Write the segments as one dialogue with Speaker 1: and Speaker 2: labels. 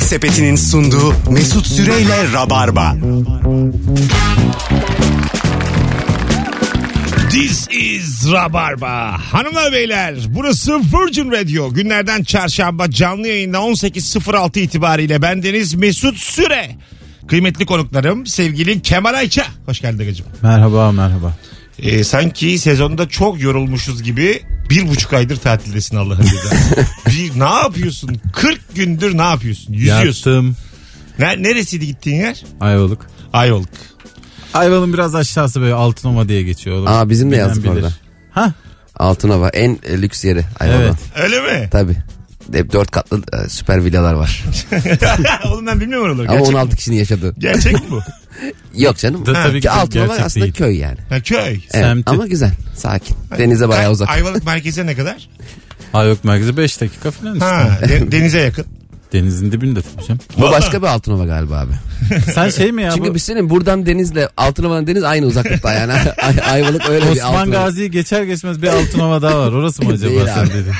Speaker 1: Sepeti'nin sunduğu Mesut Süreyle Rabarba.
Speaker 2: This is Rabarba. Hanımlar beyler burası Virgin Radio. Günlerden çarşamba canlı yayında 18.06 itibariyle bendeniz Mesut Süre. Kıymetli konuklarım sevgili Kemal Ayça. Hoş geldin Agacığım.
Speaker 3: Merhaba merhaba.
Speaker 2: Ee, sanki sezonda çok yorulmuşuz gibi bir buçuk aydır tatildesin Allah'ın izniyle. bir, ne yapıyorsun? 40 gündür ne yapıyorsun? Yüzüyorsun.
Speaker 3: Yattım.
Speaker 2: Ne, neresiydi gittiğin yer?
Speaker 3: Ayvalık.
Speaker 2: Ayoluk.
Speaker 3: Ayvalık'ın biraz aşağısı böyle Altınova diye geçiyor. Olur.
Speaker 4: Aa, bizim de
Speaker 3: Bilen
Speaker 4: yazdık
Speaker 3: bilir.
Speaker 4: orada.
Speaker 3: Ha
Speaker 4: Altınova en e, lüks yeri Ayvalık.
Speaker 3: Evet.
Speaker 2: Öyle mi?
Speaker 4: Tabi. Hep dört katlı e, süper villalar var.
Speaker 2: Oğlum ben bilmiyorum oraları.
Speaker 4: Ama
Speaker 2: Gerçek,
Speaker 4: 16 kişinin yaşadığı.
Speaker 2: gerçek mi bu?
Speaker 4: Yok canım.
Speaker 3: Da- tabii ki
Speaker 4: Altınova
Speaker 3: gerçek
Speaker 4: aslında
Speaker 3: değil.
Speaker 4: köy yani.
Speaker 2: Ha, köy.
Speaker 4: Evet,
Speaker 3: Semti.
Speaker 4: ama güzel. Sakin. Denize bayağı uzak.
Speaker 2: Ayvalık merkeze ne kadar?
Speaker 3: Ayvalık merkezi 5 dakika falan işte.
Speaker 2: Ha, de- denize yakın.
Speaker 3: Denizin dibinde tabii canım.
Speaker 4: Bu
Speaker 2: Vallahi.
Speaker 4: başka bir Altınova galiba abi.
Speaker 3: Sen şey mi ya
Speaker 4: Çünkü
Speaker 3: bu
Speaker 4: bir senin buradan denizle Altınova'nın deniz aynı uzaklıkta yani. Ay- Ayvalık öyle bir
Speaker 3: Osman
Speaker 4: Altınova.
Speaker 3: Gazi'yi geçer geçmez bir Altınova daha var. Orası mı acaba
Speaker 4: Değil
Speaker 3: sen
Speaker 4: abi.
Speaker 3: dedin?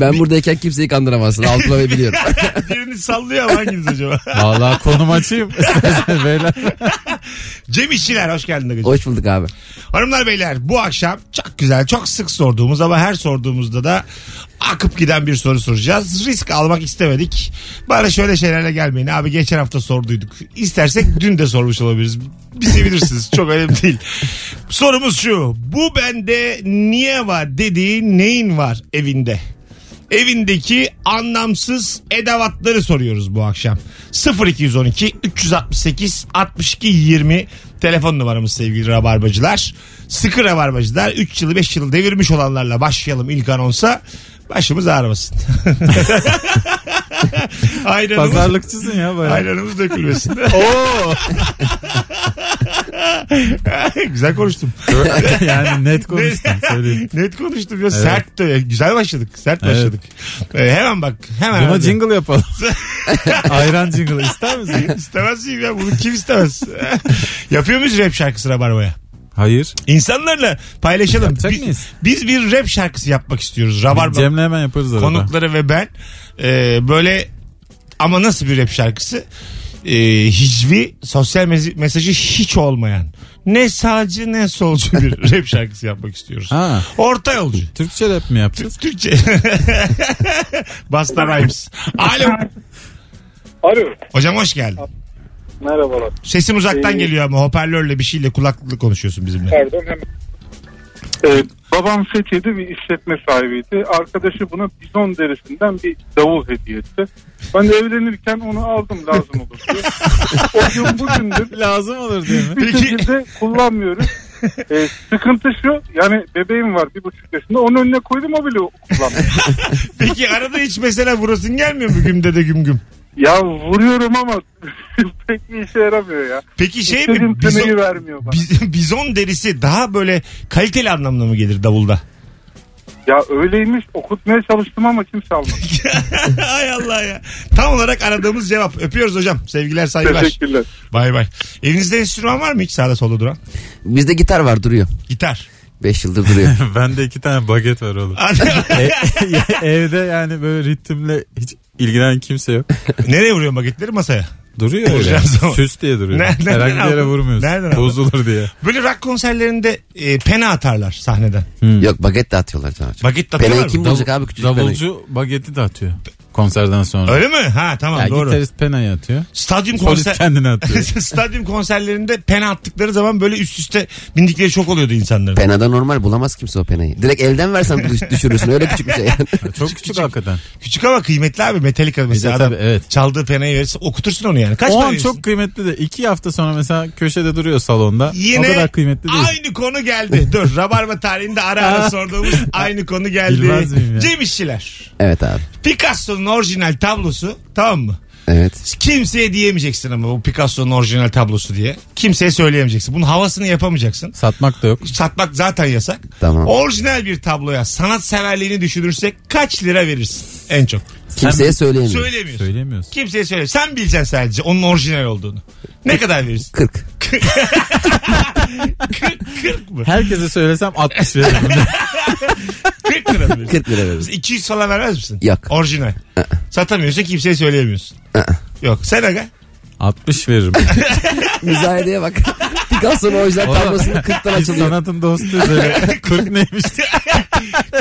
Speaker 4: Ben buradayken kimseyi kandıramazsın. Altınova'yı biliyorum.
Speaker 2: Birini sallıyor ama hanginiz acaba?
Speaker 3: Vallahi konum açayım. İstersen Beyler.
Speaker 2: Cem İşçiler hoş geldin. Agacığım.
Speaker 4: Hoş bulduk abi.
Speaker 2: Hanımlar beyler bu akşam çok güzel çok sık sorduğumuz ama her sorduğumuzda da akıp giden bir soru soracağız. Risk almak istemedik. Bana şöyle şeylerle gelmeyin. Abi geçen hafta sorduyduk. İstersek dün de sormuş olabiliriz. Bizi bilirsiniz. Çok önemli değil. Sorumuz şu. Bu bende niye var dediği neyin var evinde? Evindeki anlamsız edavatları soruyoruz bu akşam. 0212 368 62 20 telefon numaramız sevgili rabarbacılar. Sıkı rabarbacılar 3 yılı 5 yılı devirmiş olanlarla başlayalım ilk anonsa. Başımız ağrımasın. ayranımız,
Speaker 3: Pazarlıkçısın ya bayağı.
Speaker 2: ayranımız dökülmesin.
Speaker 3: Oo.
Speaker 2: Güzel konuştum.
Speaker 3: yani net konuştun söyleyeyim.
Speaker 2: Net konuştum ya. Sert de. Güzel başladık. Sert
Speaker 3: Evet.
Speaker 2: başladık. Ee, hemen bak. Hemen.
Speaker 3: Buna
Speaker 2: hadi.
Speaker 3: jingle yapalım. Ayran jingle ister misin?
Speaker 2: İstemez miyim ya? Bunu kim istemez? Yapıyor muyuz rap şarkısı Rabarba'ya?
Speaker 3: Hayır.
Speaker 2: İnsanlarla paylaşalım.
Speaker 3: Yapacak
Speaker 2: biz,
Speaker 3: mıyız?
Speaker 2: biz bir rap şarkısı yapmak istiyoruz.
Speaker 3: Biz
Speaker 2: Rabarba
Speaker 3: Cem'le hemen yaparız arada.
Speaker 2: konukları ve ben. Ee, böyle ama nasıl bir rap şarkısı? Ee, hicvi, sosyal mezi- mesajı hiç olmayan. Ne sağcı ne solcu bir rap şarkısı yapmak istiyoruz.
Speaker 3: Ha.
Speaker 2: Orta yolcu.
Speaker 3: Türkçe rap mi yapacağız?
Speaker 2: Türkçe. Basta Rhymes. Alo.
Speaker 5: Alo.
Speaker 2: Hocam hoş geldin.
Speaker 5: Merhabalar.
Speaker 2: Sesim uzaktan
Speaker 5: Ee,
Speaker 2: geliyor ama hoparlörle bir şeyle kulaklıkla konuşuyorsun bizimle.
Speaker 5: Pardon hemen. Ee, babam Fethiye'de bir işletme sahibiydi. Arkadaşı buna bizon derisinden bir davul hediye etti. Ben de evlenirken onu aldım lazım olur diye. o gün bugündür
Speaker 3: Lazım olur değil mi?
Speaker 5: bir
Speaker 2: Peki.
Speaker 5: şekilde kullanmıyoruz. Ee, sıkıntı şu yani bebeğim var bir buçuk yaşında onun önüne koydum o bile kullanmıyor.
Speaker 2: Peki arada hiç mesela vurasın gelmiyor mu gümde de güm güm?
Speaker 5: ya vuruyorum ama pek bir işe yaramıyor ya.
Speaker 2: Peki şey mi?
Speaker 5: İstediğim
Speaker 2: Bizon,
Speaker 5: tüneyi vermiyor bana.
Speaker 2: biz- bizon derisi daha böyle kaliteli anlamına mı gelir davulda?
Speaker 5: Ya öyleymiş okutmaya çalıştım ama kimse almadı.
Speaker 2: Ay Allah ya. Tam olarak aradığımız cevap. Öpüyoruz hocam. Sevgiler saygılar.
Speaker 5: Teşekkürler.
Speaker 2: Bay bay. Evinizde enstrüman var mı hiç sağda solda duran?
Speaker 4: Bizde gitar var duruyor.
Speaker 2: Gitar.
Speaker 4: 5 yıldır duruyor.
Speaker 3: Bende iki tane baget var oğlum. E- evde yani böyle ritimle hiç ilgilenen kimse yok.
Speaker 2: Nereye vuruyorsun bagetleri masaya?
Speaker 3: Duruyor öyle.
Speaker 2: Vuracağız ama.
Speaker 3: Süs diye duruyor.
Speaker 2: Nereden
Speaker 3: Herhangi bir yere
Speaker 2: aldın?
Speaker 3: vurmuyorsun.
Speaker 2: Nereden aldın?
Speaker 3: Bozulur diye.
Speaker 2: Böyle rock konserlerinde e, pena atarlar sahneden.
Speaker 3: Hmm.
Speaker 4: Yok baget de atıyorlar sana.
Speaker 2: Baget de
Speaker 4: Peneyi
Speaker 2: atıyorlar
Speaker 4: kim
Speaker 2: mı?
Speaker 4: bulacak abi küçücük peneyi?
Speaker 3: Davulcu bageti de atıyor konserden sonra.
Speaker 2: Öyle mi? Ha tamam
Speaker 3: Ya
Speaker 2: doğru.
Speaker 3: gitarist penayı atıyor.
Speaker 2: Stadyum
Speaker 3: Solist
Speaker 2: konser...
Speaker 3: kendini atıyor.
Speaker 2: stadyum konserlerinde pena attıkları zaman böyle üst üste bindikleri çok oluyordu insanların.
Speaker 4: Penada normal bulamaz kimse o peneyi. Direkt elden versen düş- düşürürsün öyle küçük bir şey. Yani.
Speaker 3: Çok küçük hakikaten.
Speaker 2: Küçük ama kıymetli abi Metallica mesela
Speaker 3: de
Speaker 2: adam
Speaker 3: tabii, evet.
Speaker 2: çaldığı penayı verirse okutursun onu yani. Kaç
Speaker 3: o
Speaker 2: para
Speaker 3: an
Speaker 2: verirsin?
Speaker 3: çok kıymetli de. iki hafta sonra mesela köşede duruyor salonda.
Speaker 2: Yine
Speaker 3: o kadar kıymetli değil.
Speaker 2: aynı konu geldi. Dur Rabarba tarihinde ara ara sorduğumuz aynı konu geldi.
Speaker 3: Bilmez miyim ya?
Speaker 2: Cem İşçiler.
Speaker 4: Evet abi.
Speaker 2: Picasso'nun orijinal tablosu tamam mı?
Speaker 4: Evet.
Speaker 2: Kimseye diyemeyeceksin ama bu Picasso'nun orijinal tablosu diye. Kimseye söyleyemeyeceksin. Bunun havasını yapamayacaksın.
Speaker 3: Satmak da yok.
Speaker 2: satmak zaten yasak.
Speaker 4: Tamam.
Speaker 2: Orijinal bir tabloya sanat severliğini düşünürsek kaç lira verirsin en çok?
Speaker 4: Kimseye söyleyemiyorum.
Speaker 2: Söylemiyorsun.
Speaker 3: Söyleyemiyorsun.
Speaker 2: Kimseye söyle. Sen bileceksin sadece onun orijinal olduğunu. Ne kadar verirsin?
Speaker 4: 40.
Speaker 2: 40, 40 mı?
Speaker 3: Herkese söylesem 60 veririm.
Speaker 2: 40 lira. lira mı verirsin?
Speaker 4: 40 lira veririz.
Speaker 2: 200 falan vermez misin?
Speaker 4: Yok.
Speaker 2: Orijinal. Satamıyorsa kimseye söyleyemiyorsun. Yok. Sen aga.
Speaker 3: 60 veririm.
Speaker 4: Müzayedeye bak. Picasso'nun orijinal
Speaker 3: Oğlum.
Speaker 4: tablosunu 40'tan
Speaker 3: Biz
Speaker 4: açılıyor.
Speaker 3: sanatın dostuyuz öyle. 40 neymiş?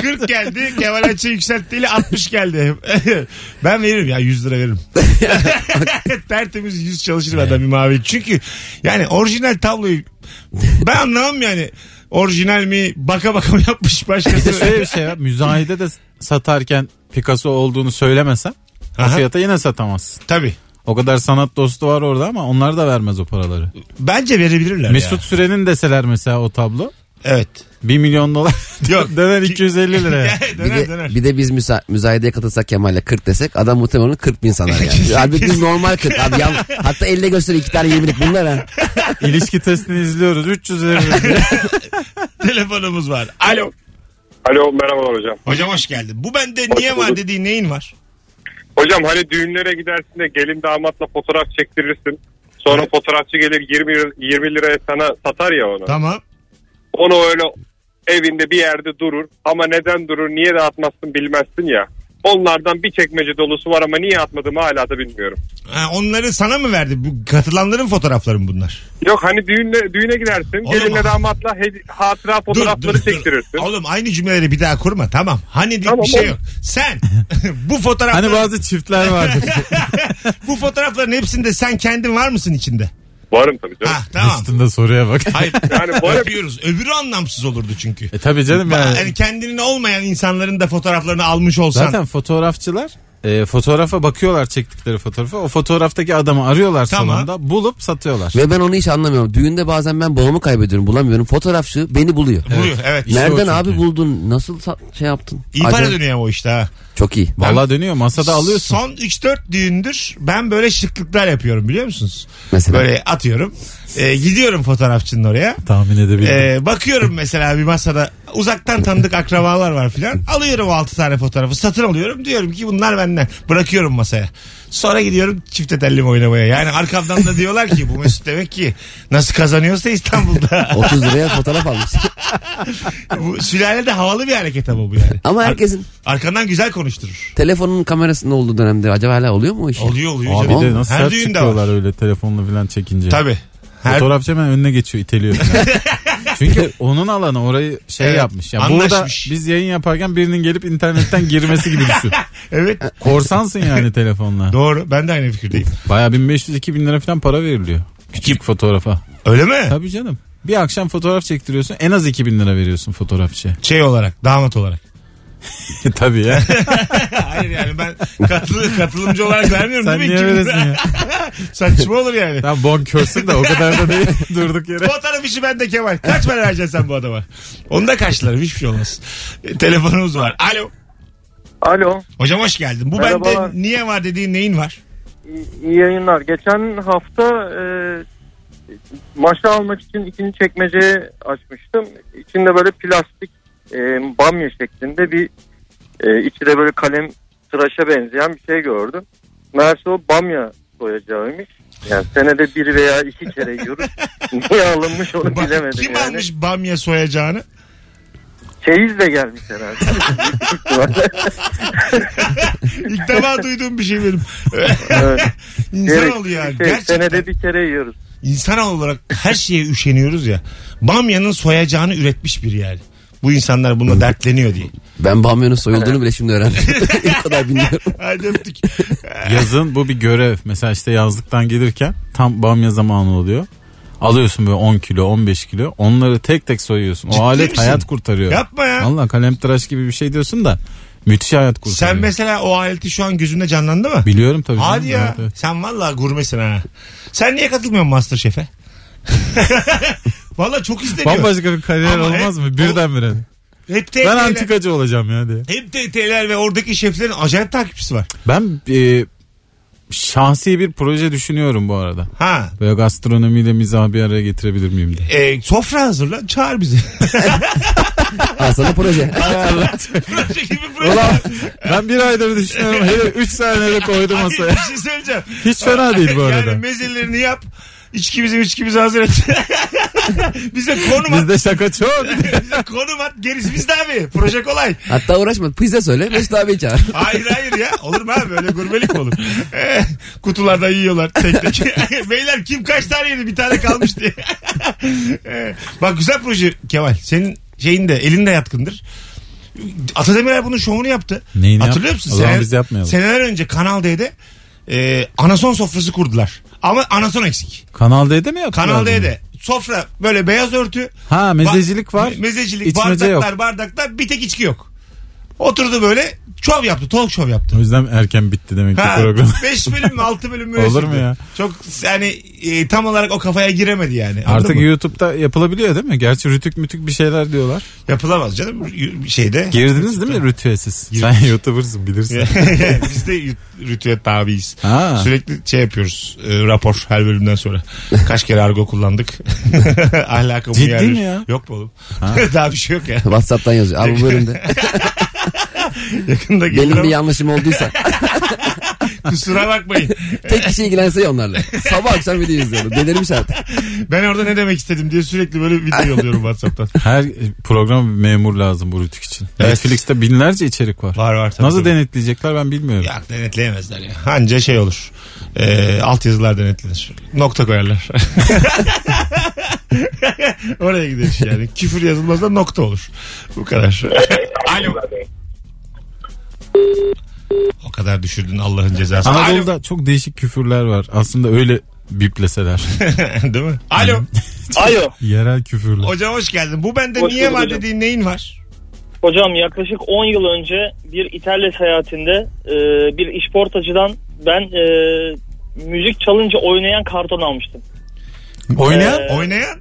Speaker 2: 40 geldi. Kemal Ayça yükselttiğiyle 60 geldi. ben veririm ya 100 lira veririm. Tertemiz 100 çalışır benden bir mavi. Çünkü yani orijinal tabloyu ben anlamam yani. Orijinal mi baka baka mı yapmış başkası.
Speaker 3: Şöyle bir şey var. Müzayede de satarken Picasso olduğunu söylemesen o
Speaker 2: Aha.
Speaker 3: fiyata yine satamazsın.
Speaker 2: Tabii.
Speaker 3: O kadar sanat dostu var orada ama onlar da vermez o paraları.
Speaker 2: Bence verebilirler
Speaker 3: Mesut
Speaker 2: ya.
Speaker 3: Süren'in deseler mesela o tablo
Speaker 2: Evet.
Speaker 3: 1 milyon dolar
Speaker 2: Yok.
Speaker 3: döner 250 liraya.
Speaker 4: Bir
Speaker 2: döner döner.
Speaker 4: de, bir de biz müsa- müzayedeye katılsak Kemal'le 40 desek adam muhtemelen onu 40 bin sanar yani. Halbuki biz normal 40 abi. Yan, hatta elle göster iki tane yirmilik bunlar ha.
Speaker 3: İlişki testini izliyoruz 300 lira.
Speaker 2: Telefonumuz var. Alo.
Speaker 6: Alo merhabalar hocam.
Speaker 2: Hocam hoş geldin. Bu bende niye var dediğin neyin var?
Speaker 6: Hocam hani düğünlere gidersin de gelin damatla fotoğraf çektirirsin. Sonra fotoğrafçı gelir 20, lira- 20 liraya sana satar ya onu.
Speaker 2: Tamam.
Speaker 6: Onu öyle evinde bir yerde durur ama neden durur niye de atmazsın bilmezsin ya. Onlardan bir çekmece dolusu var ama niye atmadım hala da bilmiyorum.
Speaker 2: Ha, onları sana mı verdi? Bu katılanların fotoğrafları mı bunlar?
Speaker 6: Yok hani düğünle, düğüne gidersin
Speaker 2: Oğlum-
Speaker 6: gelinle damatla he- hatıra fotoğrafları çektirirsin.
Speaker 2: Oğlum aynı cümleleri bir daha kurma. Tamam. Hani diye
Speaker 6: Tamam,
Speaker 2: bir şey
Speaker 6: oğlum.
Speaker 2: yok. Sen bu fotoğrafların,
Speaker 3: hani bazı çiftler vardır.
Speaker 2: bu fotoğrafların hepsinde sen kendin var mısın içinde?
Speaker 6: Varım tabii canım.
Speaker 2: Ha, tamam.
Speaker 3: Üstünde soruya bak.
Speaker 2: Hayır.
Speaker 6: Yani bu arada-
Speaker 2: Öpüyoruz. Öbürü anlamsız olurdu çünkü.
Speaker 3: E tabi canım yani.
Speaker 2: Yani kendinin olmayan insanların da fotoğraflarını almış olsan.
Speaker 3: Zaten fotoğrafçılar e, fotoğrafa bakıyorlar çektikleri fotoğrafa. O fotoğraftaki adamı arıyorlar
Speaker 2: Tamam.
Speaker 3: sonunda bulup satıyorlar.
Speaker 4: Ve ben onu hiç anlamıyorum. Düğünde bazen ben babamı kaybediyorum bulamıyorum. Fotoğrafçı beni buluyor.
Speaker 2: Vuruyor. Evet.
Speaker 3: İşte o
Speaker 4: Nereden
Speaker 3: çünkü.
Speaker 4: abi buldun? Nasıl sa- şey yaptın?
Speaker 2: İyi para
Speaker 4: Acayip.
Speaker 2: dönüyor ama o işte ha.
Speaker 4: Çok iyi.
Speaker 3: Vallahi dönüyor masada alıyorsun.
Speaker 2: Son 3-4 düğündür ben böyle şıklıklar yapıyorum biliyor musunuz?
Speaker 4: Mesela?
Speaker 2: Böyle atıyorum. Ee, gidiyorum fotoğrafçının oraya.
Speaker 3: Tahmin edebilirim.
Speaker 2: Ee, bakıyorum mesela bir masada uzaktan tanıdık akrabalar var filan. Alıyorum 6 tane fotoğrafı satın alıyorum. Diyorum ki bunlar benden. Bırakıyorum masaya. Sonra gidiyorum çifte tellim oynamaya. Yani arkamdan da diyorlar ki bu Mesut demek ki nasıl kazanıyorsa İstanbul'da.
Speaker 4: 30 liraya fotoğraf almış.
Speaker 2: bu sülale de havalı bir hareket ama bu yani.
Speaker 4: Ama
Speaker 2: Ar-
Speaker 4: herkesin
Speaker 2: arkandan güzel konuşturur.
Speaker 4: telefonun kamerasında olduğu dönemde acaba hala oluyor mu o iş?
Speaker 2: Oluyor oluyor.
Speaker 3: Abi
Speaker 2: canım.
Speaker 3: de nasıl
Speaker 2: Her
Speaker 3: sert
Speaker 2: düğünde
Speaker 3: çıkıyorlar
Speaker 2: var.
Speaker 3: öyle telefonla falan çekince.
Speaker 2: Tabii. Her
Speaker 3: Fotoğrafçı hemen önüne geçiyor iteliyor. Çünkü onun alanı orayı şey
Speaker 2: Evet,
Speaker 3: yapmış. Yani
Speaker 2: anlaşmış.
Speaker 3: burada biz yayın yaparken birinin gelip internetten girmesi gibi düşün.
Speaker 2: Evet
Speaker 3: Korsansın yani telefonla.
Speaker 2: doğru ben de aynı fikirdeyim.
Speaker 3: Baya 1500-2000 lira falan para veriliyor. Küçük fotoğrafa.
Speaker 2: Öyle mi?
Speaker 3: Tabii canım. Bir akşam fotoğraf çektiriyorsun en az 2000 lira veriyorsun fotoğrafçıya.
Speaker 2: Şey olarak damat olarak.
Speaker 3: Tabii ya.
Speaker 2: Hayır yani ben katıl, katılımcı olarak vermiyorum
Speaker 3: Sen
Speaker 2: değil mi?
Speaker 3: niye
Speaker 2: İki bin
Speaker 3: veresin
Speaker 2: lira.
Speaker 3: ya?
Speaker 2: Saçma olur yani.
Speaker 3: Sen bonkörsün de o kadar da değil durduk yere.
Speaker 2: Fotoğraf işi bende Kemal. Kaç para vereceksin sen bu adama? Onu da karşılarım hiçbir şey olmaz. E, telefonumuz var. Alo.
Speaker 7: Alo,
Speaker 2: Hocam hoş geldin. Bu
Speaker 7: Merhabalar.
Speaker 2: bende niye var dediğin neyin var?
Speaker 7: iyi- iyi yayınlar. Geçen hafta e, maşa almak için ikinci çekmeceyi açmıştım. İçinde böyle plastik e, bamya şeklinde bir e, içi de böyle kalem tıraşa benzeyen bir şey gördüm. Meğerse o bamya soyacağıymış. Yani senede bir veya iki kere yiyoruz. Niye alınmış onu
Speaker 2: Ba-
Speaker 7: bilemedim
Speaker 2: Kim
Speaker 7: yani.
Speaker 2: almış bamya soyacağını?
Speaker 7: Çeyiz de gelmiş herhalde.
Speaker 2: İlk defa duyduğum bir şey benim.
Speaker 7: evet.
Speaker 2: İnsan
Speaker 7: Gerek-
Speaker 2: oluyor.
Speaker 7: şey,
Speaker 2: Gerçekten.
Speaker 7: Senede bir kere yiyoruz.
Speaker 2: İnsan olarak her şeye üşeniyoruz ya. Bamyanın soyacağını üretmiş biri yani. Bu insanlar bununla dertleniyor diye.
Speaker 4: Ben Bamya'nın soyulduğunu bile şimdi öğrendim. o kadar bilmiyorum.
Speaker 2: Hadi öptük.
Speaker 3: Yazın bu bir görev. Mesela işte yazlıktan gelirken tam bamya zamanı oluyor. Alıyorsun böyle 10 kilo 15 kilo onları tek tek soyuyorsun. O
Speaker 2: Ciddi
Speaker 3: alet
Speaker 2: misin?
Speaker 3: hayat kurtarıyor.
Speaker 2: Yapma ya.
Speaker 3: Valla kalem tıraş gibi bir şey diyorsun da müthiş hayat kurtarıyor.
Speaker 2: Sen mesela o aleti şu an gözünde canlandı mı?
Speaker 3: Biliyorum tabii.
Speaker 2: Hadi
Speaker 3: canım.
Speaker 2: ya.
Speaker 3: Evet, evet.
Speaker 2: Sen vallahi gurmesin ha. Sen niye katılmıyorsun Masterchef'e? Valla çok isteniyor.
Speaker 3: Bambaşka bir kariyer
Speaker 2: Ama e-
Speaker 3: olmaz
Speaker 2: hep-
Speaker 3: mı? Birdenbire.
Speaker 2: Hep
Speaker 3: Ben
Speaker 2: TT'ler,
Speaker 3: antikacı olacağım ya diye.
Speaker 2: hep TT'ler ve oradaki şeflerin acayip takipçisi var.
Speaker 3: Ben e, şahsi bir proje düşünüyorum bu arada.
Speaker 2: Ha.
Speaker 3: Böyle gastronomiyle mizahı bir araya getirebilir miyim diye.
Speaker 2: E, sofra hazırla çağır bizi.
Speaker 4: Ha sana proje.
Speaker 2: proje gibi proje.
Speaker 3: Ulan ben bir aydır düşünüyorum. Hele 3 saniyede koydum
Speaker 2: Ay,
Speaker 3: masaya.
Speaker 2: bir şey söyleyeceğim.
Speaker 3: Hiç fena değil bu arada.
Speaker 2: Yani mezelerini yap. İçkimizi içkimizi hazır et. Bize konum at.
Speaker 3: Bizde şaka çok.
Speaker 2: Bize konum at. Gerisi bizde abi. Proje kolay.
Speaker 4: Hatta uğraşma pizza söyle Mesut abi çağır.
Speaker 2: Hayır hayır ya. Olur mu abi? Böyle gurmelik mi olur? Eh, kutularda yiyorlar tek tek. Beyler kim kaç tane yedi? Bir tane kalmış diye. Eh, Bak güzel proje Kemal. Senin şeyin de elin de yatkındır. Atademirer bunun şovunu yaptı.
Speaker 3: Neyini
Speaker 2: Hatırlıyor
Speaker 3: yap-
Speaker 2: musun?
Speaker 3: O zaman biz yapmayalım.
Speaker 2: Seneler önce Kanal D'de e, anason sofrası kurdular. Ama anason eksik.
Speaker 3: Kanal D'de mi yaptılar?
Speaker 2: Kanal
Speaker 3: bunu?
Speaker 2: D'de sofra böyle beyaz örtü.
Speaker 3: Ha mezecilik
Speaker 2: Ba-
Speaker 3: var.
Speaker 2: me- Mezecilik,
Speaker 3: İçmece
Speaker 2: bardaklar,
Speaker 3: yok.
Speaker 2: bardaklar bir tek içki yok. Oturdu böyle şov yaptı, talk show yaptı.
Speaker 3: O yüzden erken bitti demek ki
Speaker 2: Ha,
Speaker 3: program.
Speaker 2: 5 bölüm mü 6 bölüm mü? öyle
Speaker 3: Olur
Speaker 2: sürdü.
Speaker 3: mu ya?
Speaker 2: Çok yani e, tam olarak o kafaya giremedi yani. Anladın
Speaker 3: Artık
Speaker 2: mı?
Speaker 3: YouTube'da yapılabiliyor değil mi? Gerçi rütük mütük bir şeyler diyorlar.
Speaker 2: yapılamaz canım y- şeyde.
Speaker 3: Girdiniz değil mi rütüğe siz? Sen YouTuber'sın bilirsin.
Speaker 2: Biz de y- ritüel tabiiz.
Speaker 3: Ha.
Speaker 2: Sürekli şey yapıyoruz. e, rapor her bölümden sonra. Kaç kere argo kullandık. Ahlakımı
Speaker 3: Ciddi
Speaker 2: yerdir.
Speaker 3: mi ya?
Speaker 2: Yok mu oğlum? Daha bir şey yok ya.
Speaker 4: Whatsapp'tan yazıyor. Abi bu bölümde
Speaker 2: Yakında gelir
Speaker 4: benim
Speaker 2: ama
Speaker 4: bir yanlışım olduysa
Speaker 2: kusura bakmayın.
Speaker 4: tek kişi ilgilense ya onlarla. Sabah akşam video izliyorum. Delirmiş artık.
Speaker 2: Ben orada ne demek istedim diye sürekli böyle video yolluyorum Whatsapp'tan.
Speaker 3: Her program bir memur lazım bu rütük için.
Speaker 2: Evet.
Speaker 3: Netflix'te binlerce içerik var.
Speaker 2: Var var tabii.
Speaker 3: Nasıl
Speaker 2: tabii.
Speaker 3: denetleyecekler ben bilmiyorum.
Speaker 2: Ya denetleyemezler ya. Anca şey olur. E, alt yazılar denetlenir. Nokta koyarlar. Oraya gidiyor yani. Küfür yazılmaz da nokta olur. Bu kadar. Alo. O kadar düşürdün Allah'ın cezası. Alo.
Speaker 3: Anadolu'da çok değişik küfürler var. Aslında öyle bipleseler.
Speaker 2: Değil mi? Alo.
Speaker 8: Alo.
Speaker 3: Yerel küfürler.
Speaker 2: Hocam hoş geldin. Bu bende
Speaker 8: Hoş
Speaker 2: niye
Speaker 8: bulduk
Speaker 2: var
Speaker 8: hocam.
Speaker 2: dediğin neyin var?
Speaker 8: Hocam yaklaşık 10 yıl önce bir İtalya seyahatinde e, bir işportacıdan ben e, müzik çalınca oynayan karton almıştım.
Speaker 3: Oynayan
Speaker 8: Ee,
Speaker 2: Oynayan?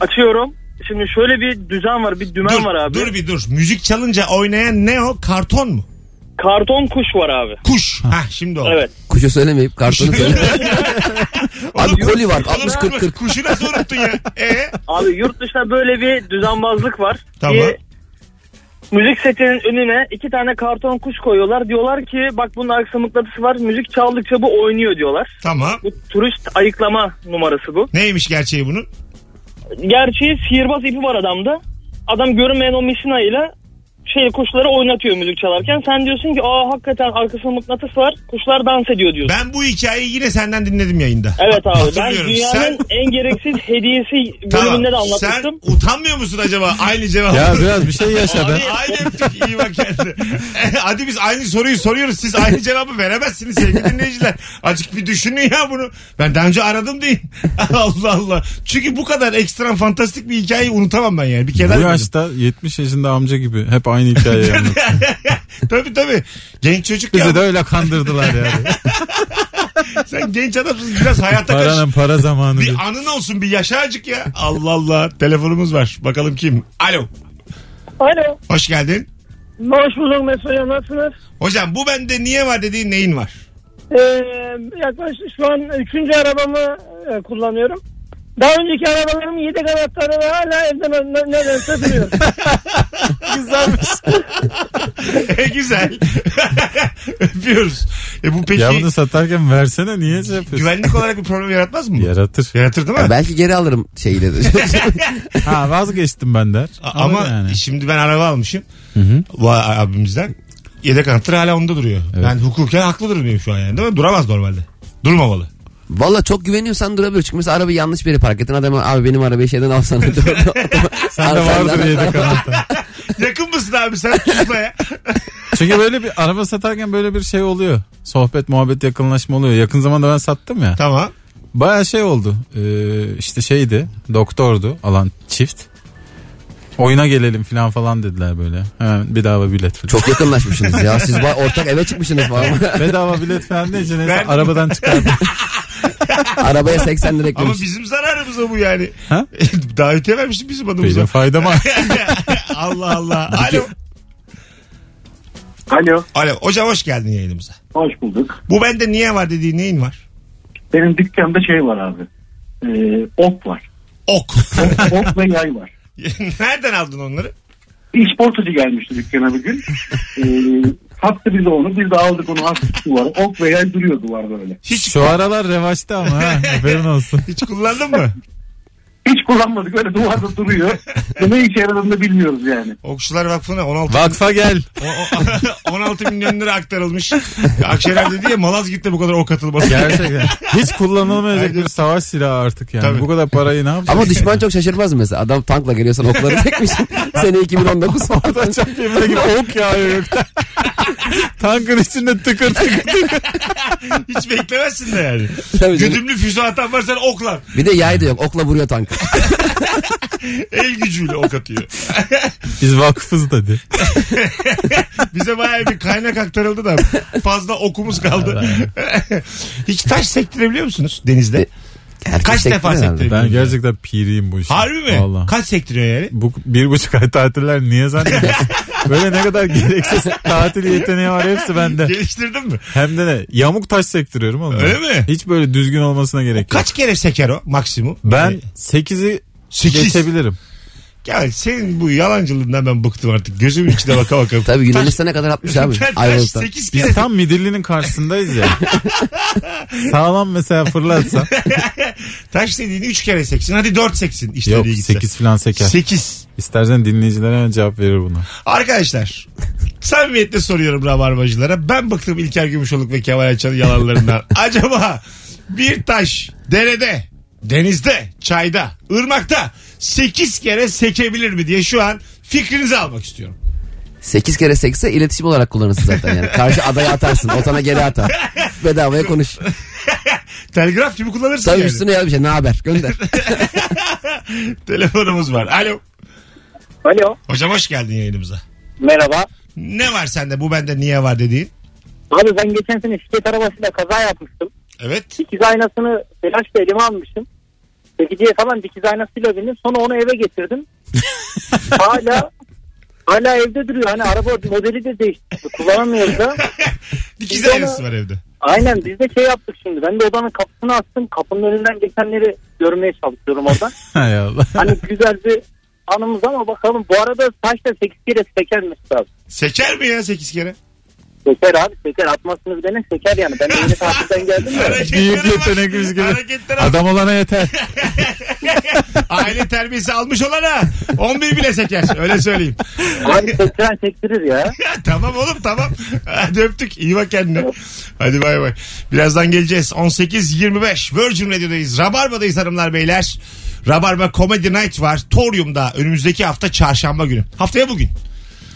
Speaker 8: Açıyorum. Şimdi şöyle bir düzen var, bir dümen
Speaker 2: dur,
Speaker 8: var abi.
Speaker 2: dur bir dur. Müzik çalınca oynayan ne o? Karton mu?
Speaker 8: Karton kuş var abi.
Speaker 2: Kuş. Ha şimdi oldu.
Speaker 8: Evet.
Speaker 4: Kuşu söylemeyip kartonu söyle. Abi
Speaker 2: Oğlum,
Speaker 4: koli var.
Speaker 2: oğlum,
Speaker 4: 60 40 40.
Speaker 2: Kuşu nasıl unuttun ya? Ee?
Speaker 8: Abi yurt dışında böyle bir düzenbazlık var.
Speaker 2: Tamam.
Speaker 8: Bir müzik setinin önüne iki tane karton kuş koyuyorlar. Diyorlar ki bak bunun aksamıklatısı var. Müzik çaldıkça bu oynuyor diyorlar.
Speaker 2: Tamam.
Speaker 8: Bu turist ayıklama numarası bu.
Speaker 2: Neymiş gerçeği bunun?
Speaker 8: Gerçeği sihirbaz ipi var adamda. Adam görünmeyen o ile şey kuşları oynatıyor müzik çalarken. Sen diyorsun ki aa hakikaten arkasında mıknatıs var. Kuşlar dans ediyor diyorsun.
Speaker 2: Ben bu hikayeyi yine senden dinledim yayında.
Speaker 8: Evet abi ben
Speaker 2: Hatırlıyorum.
Speaker 8: dünyanın
Speaker 2: Sen-
Speaker 8: en gereksiz hediyesi
Speaker 2: Tamam.
Speaker 8: bölümünde de
Speaker 2: Sen
Speaker 8: anlatmıştım.
Speaker 2: utanmıyor musun acaba aynı cevabı?
Speaker 3: ya biraz bir şey yaşa be.
Speaker 2: Aynı öptük iyi bak kendine. Hadi biz aynı soruyu soruyoruz. Siz aynı cevabı veremezsiniz sevgili dinleyiciler. Azıcık bir düşünün ya bunu. Ben daha önce aradım değil. Allah Allah. Çünkü bu kadar ekstrem fantastik bir hikayeyi unutamam ben yani. Bir kere
Speaker 3: Bu
Speaker 2: aradım.
Speaker 3: yaşta 70 yaşında amca gibi hep aynı hikayeyi anlatıyor.
Speaker 2: tabii tabii. Genç çocuk ya.
Speaker 3: Bizi de öyle kandırdılar yani.
Speaker 2: Sen genç adamsın. Biraz hayata karış.
Speaker 3: Paranın para zamanı. diye.
Speaker 2: Bir anın olsun bir yaşa acık ya. Allah Allah. Telefonumuz var. Bakalım kim? Alo.
Speaker 8: Alo.
Speaker 2: Hoş geldin.
Speaker 8: Hoş bulduk Mesut Nasılsınız?
Speaker 2: Hocam bu bende niye var dediğin neyin var?
Speaker 8: Ee, yaklaşık şu an üçüncü arabamı e, kullanıyorum. Daha önceki arabalarım yedek anahtarı ve hala evde ne- ne- nedense duruyor.
Speaker 2: E, güzel. Öpüyoruz. E bu peki
Speaker 3: Ya bunu satarken versene niye şey yapıyorsun?
Speaker 2: güvenlik olarak bir problem yaratmaz mı? bu?
Speaker 3: Yaratır.
Speaker 2: Yaratır değil mi?
Speaker 4: Ya belki geri alırım şeyleri.
Speaker 3: Ha vazgeçtim ben der.
Speaker 2: A- Ama
Speaker 3: Alır yani.
Speaker 2: şimdi ben araba almışım. Vay abimizden. Yedek anahtarı hala onda duruyor. Ben hukuken haklı durmuyor şu an yani değil mi? Duramaz normalde. Durmamalı.
Speaker 4: Valla çok güveniyorsan durabilir. Çünkü mesela arabayı yanlış bir yere park ettin. Adama abi benim arabayı şeyden alsana.
Speaker 3: Sen de
Speaker 4: Al, sen
Speaker 3: vardır
Speaker 4: de-
Speaker 3: yedek anahtar.
Speaker 2: Yakın mısın abi sen Tuzla'ya?
Speaker 3: Çünkü böyle bir araba satarken böyle bir şey oluyor. Sohbet, muhabbet, yakınlaşma oluyor. Yakın zamanda ben sattım ya.
Speaker 2: tamam.
Speaker 3: Baya şey oldu. Ee, işte şeydi. Doktordu alan çift. Oyuna gelelim falan falan dediler böyle. Hemen bedava bilet falan.
Speaker 4: Çok yakınlaşmışsınız ya. Siz ba- ortak eve çıkmışsınız falan.
Speaker 3: Bedava bilet falan deyince neyse
Speaker 2: Verdim.
Speaker 3: arabadan çıkardım.
Speaker 4: Arabaya 80 lira
Speaker 2: Ama şey
Speaker 4: eklemiş.
Speaker 2: bizim zararımıza bu yani.
Speaker 3: Ha?
Speaker 2: Davetiye vermiştim bizim
Speaker 3: Benim
Speaker 2: adımıza.
Speaker 3: faydam var.
Speaker 2: Allah Allah. Alo.
Speaker 5: Alo.
Speaker 2: Alo. Hocam hoş geldin yayınımıza.
Speaker 5: Hoş bulduk.
Speaker 2: Bu bende niye var dediğin neyin var?
Speaker 5: Benim dükkanda şey var abi. Ee, ok var.
Speaker 2: Ok.
Speaker 5: Ok ve yay var.
Speaker 2: Nereden aldın onları?
Speaker 5: Bir sportacı gelmişti dükkana bir gün. Ee, sattı bize onu. Biz de aldık onu astık duvara. Ok ve yay duruyor duvarda öyle.
Speaker 2: Hiç
Speaker 3: Şu aralar revaçta ama ha. Haberin olsun.
Speaker 2: hiç kullandın mı?
Speaker 5: Hiç kullanmadık. Öyle duvarda duruyor. ne işe yaradığını da bilmiyoruz yani.
Speaker 2: Okçular Vakfı'na 16
Speaker 3: Vakfa gel.
Speaker 2: o- o- 16 milyon lira aktarılmış. Akşener dedi ya Malazgirt'te bu kadar ok atılmaz.
Speaker 3: Gerçekten. Hiç kullanılmayacak bir savaş silahı artık yani.
Speaker 2: Tabii.
Speaker 3: Bu kadar parayı ne yapacaksın?
Speaker 4: Ama düşman çok şaşırmaz mı mesela? Adam tankla geliyorsan okları çekmişsin. Sene 2019 falan.
Speaker 3: filmde gibi ok yağıyor gökten. Tankın içinde tıkır tıkır.
Speaker 2: Hiç beklemezsin de yani.
Speaker 4: Tabii canım.
Speaker 2: Güdümlü füze atan varsa oklar.
Speaker 4: Bir de yay da yok. Okla vuruyor tankı.
Speaker 2: El gücüyle ok atıyor.
Speaker 3: Biz vakfız dedi.
Speaker 2: Bize bayağı bir kaynak aktarıldı da fazla okumuz kaldı. Hiç taş sektirebiliyor musunuz denizde?
Speaker 3: E,
Speaker 4: Herkes
Speaker 2: Kaç
Speaker 4: çekti
Speaker 2: defa
Speaker 4: herhalde.
Speaker 2: sektirebiliyor?
Speaker 3: Ben gerçekten piriyim bu işe.
Speaker 2: Harbi mi?
Speaker 3: Valla.
Speaker 2: Kaç sektiriyor yani?
Speaker 3: Bu bir buçuk ay tatiller niye zannediyorsun? Böyle ne kadar gereksiz tatil yeteneği var hepsi bende.
Speaker 2: Geliştirdin mi?
Speaker 3: Hem de ne? Yamuk taş sektiriyorum oğlum.
Speaker 2: Öyle mi?
Speaker 3: Hiç böyle düzgün olmasına gerek yok.
Speaker 2: Kaç kere seker o maksimum? E,
Speaker 3: Ben 8'i
Speaker 2: Sekiz.
Speaker 3: geçebilirim.
Speaker 2: Ya senin bu yalancılığından ben bıktım artık. Gözümün içine baka baka.
Speaker 4: Tabii Yunanistan'a kadar atmış abi. Ayrılıktan.
Speaker 2: 8 kere.
Speaker 3: Biz tam midillinin karşısındayız ya. Sağlam mesela fırlatsa.
Speaker 2: Taş dediğini 3 kere seksin. Hadi 4 seksin. İşte
Speaker 3: Yok
Speaker 2: diye gitse.
Speaker 3: 8 falan seker.
Speaker 2: 8.
Speaker 3: İstersen dinleyicilere hemen cevap verir buna.
Speaker 2: Arkadaşlar samimiyetle soruyorum rabarbacılara. Ben bıktım İlker Gümüşoluk ve Kemal Ayça'nın yalanlarından. Acaba bir taş derede, denizde, çayda, ırmakta 8 kere sekebilir mi diye şu an fikrinizi almak istiyorum.
Speaker 4: 8 kere sekse iletişim olarak kullanırsın zaten yani. Karşı adaya atarsın. Otana geri atar. Bedavaya konuş.
Speaker 2: Telgraf gibi kullanırsın
Speaker 4: Tabii
Speaker 2: yani.
Speaker 4: üstüne yazmış. Ne haber? Gönder.
Speaker 2: Telefonumuz var. Alo.
Speaker 7: Alo.
Speaker 2: Hocam hoş geldin yayınımıza.
Speaker 7: Merhaba.
Speaker 2: Ne var sende bu bende niye var dediğin?
Speaker 7: Abi ben geçen sene şirket arabasıyla kaza yapmıştım.
Speaker 2: Evet.
Speaker 7: Dikiz aynasını telaşla elime almışım. Çekiciye falan dikiz aynasıyla bindim. Sonra onu eve getirdim. hala hala evde duruyor. Hani araba modeli de değişti. Kullanamıyoruz da.
Speaker 2: Dikiz
Speaker 7: Biz ona-
Speaker 2: aynası var evde.
Speaker 7: Aynen biz de şey yaptık şimdi. Ben de odanın kapısını açtım. Kapının önünden geçenleri görmeye çalışıyorum orada.
Speaker 3: Hay Allah.
Speaker 7: Hani güzel bir anımız ama bakalım. Bu arada saç da 8 kere sekermiş abi.
Speaker 2: Seker mi ya 8 kere?
Speaker 7: Seker abi seker atmasını bilene seker yani. Ben de yeni tatilden geldim de.
Speaker 2: Hareketlere
Speaker 3: Büyük
Speaker 2: bak.
Speaker 3: yetenek üzgünü.
Speaker 2: Hareketlere bak.
Speaker 3: Adam olana yeter.
Speaker 2: Aile terbiyesi almış olana 11 bile seker. Öyle söyleyeyim.
Speaker 7: Abi sektiren sektirir ya.
Speaker 2: tamam oğlum tamam. Hadi öptük. İyi bak kendine. Hadi bay bay. Birazdan geleceğiz. 18.25 Virgin Radio'dayız. Rabarba'dayız hanımlar beyler. Rabarba Comedy Night var. Torium'da önümüzdeki hafta çarşamba günü. Haftaya
Speaker 3: E,
Speaker 2: bugün.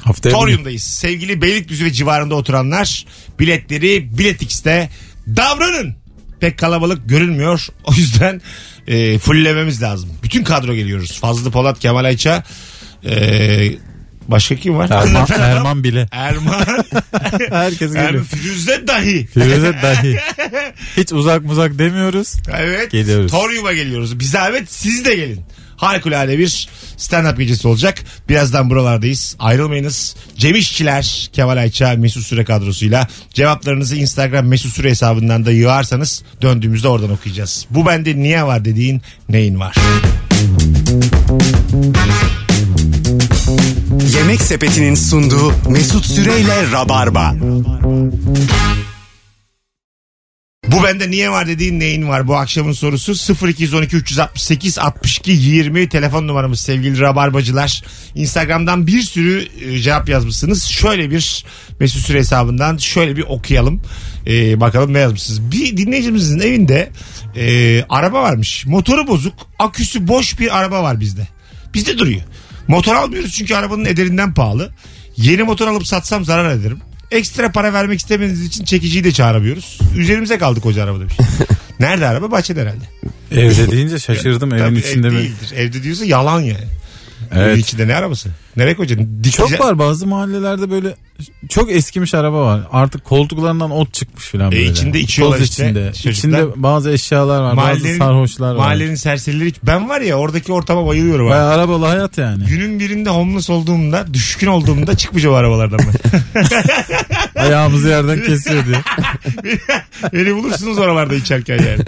Speaker 3: Haftaya
Speaker 2: Torium'dayız. Sevgili Beylikdüzü ve civarında oturanlar biletleri Biletix'te davranın. Pek kalabalık görünmüyor. O yüzden e, fulllememiz lazım. Bütün kadro geliyoruz. Fazlı Polat, Kemal Ayça. e, başka kim var?
Speaker 3: Erman,
Speaker 2: Anlatan adam.
Speaker 3: Erman bile.
Speaker 2: Erman.
Speaker 3: Herkes
Speaker 2: Erman
Speaker 3: geliyor.
Speaker 2: Firuze dahi.
Speaker 3: Firuze dahi. Hiç uzak muzak demiyoruz.
Speaker 2: Evet.
Speaker 3: Geliyoruz.
Speaker 2: Torium'a geliyoruz. Biz davet siz de gelin. Harikulade bir stand-up gecesi olacak. Birazdan buralardayız. Ayrılmayınız. Cem İşçiler, Kemal Ayça, Mesut Süre kadrosuyla. Cevaplarınızı Instagram Mesut Süre hesabından da yığarsanız döndüğümüzde oradan okuyacağız. Bu bende niye var dediğin neyin var?
Speaker 1: Yemek Sepeti'nin sunduğu Mesut Süreyle Rabarba.
Speaker 2: Bu bende niye var dediğin neyin var? Bu akşamın sorusu 0212 368 62 20 telefon numaramız sevgili rabarbacılar. Instagram'dan bir sürü e, cevap yazmışsınız. Şöyle bir Mesut Süre hesabından şöyle bir okuyalım. E, bakalım ne yazmışsınız. Bir dinleyicimizin evinde e, araba varmış. Motoru bozuk, aküsü boş bir araba var bizde. Bizde duruyor. Motor almıyoruz çünkü arabanın ederinden pahalı. Yeni motor alıp satsam zarar ederim. Ekstra para vermek istemediğiniz için çekiciyi de çağıramıyoruz. Üzerimize kaldı koca araba demiş. şey. Nerede araba? Bahçede herhalde.
Speaker 3: Evde deyince şaşırdım evin
Speaker 2: Tabii
Speaker 3: içinde
Speaker 2: ev
Speaker 3: mi?
Speaker 2: değildir. Evde diyorsa yalan yani. Evin
Speaker 3: Evet.
Speaker 2: içinde ne arabası? Nereye koyacaksın? Dikeceğim.
Speaker 3: Çok var bazı mahallelerde böyle çok eskimiş araba var. Artık koltuklarından ot çıkmış filan
Speaker 2: E,
Speaker 3: böyle.
Speaker 2: içinde içiyorlar
Speaker 3: Toz
Speaker 2: işte.
Speaker 3: içinde.
Speaker 2: Çocuklar.
Speaker 3: İçinde bazı eşyalar var.
Speaker 2: Mahallenin-
Speaker 3: bazı sarhoşlar var.
Speaker 2: Mahallenin serserileri. hiç- Ben var ya oradaki ortama bayılıyorum. abi.
Speaker 3: Bayağı arabalı hayat yani.
Speaker 2: Günün birinde homeless olduğumda, düşkün olduğumda çıkmayacağım arabalardan ben.
Speaker 3: Ayağımızı yerden kesiyor diye.
Speaker 2: Beni bulursunuz oralarda içerken yani.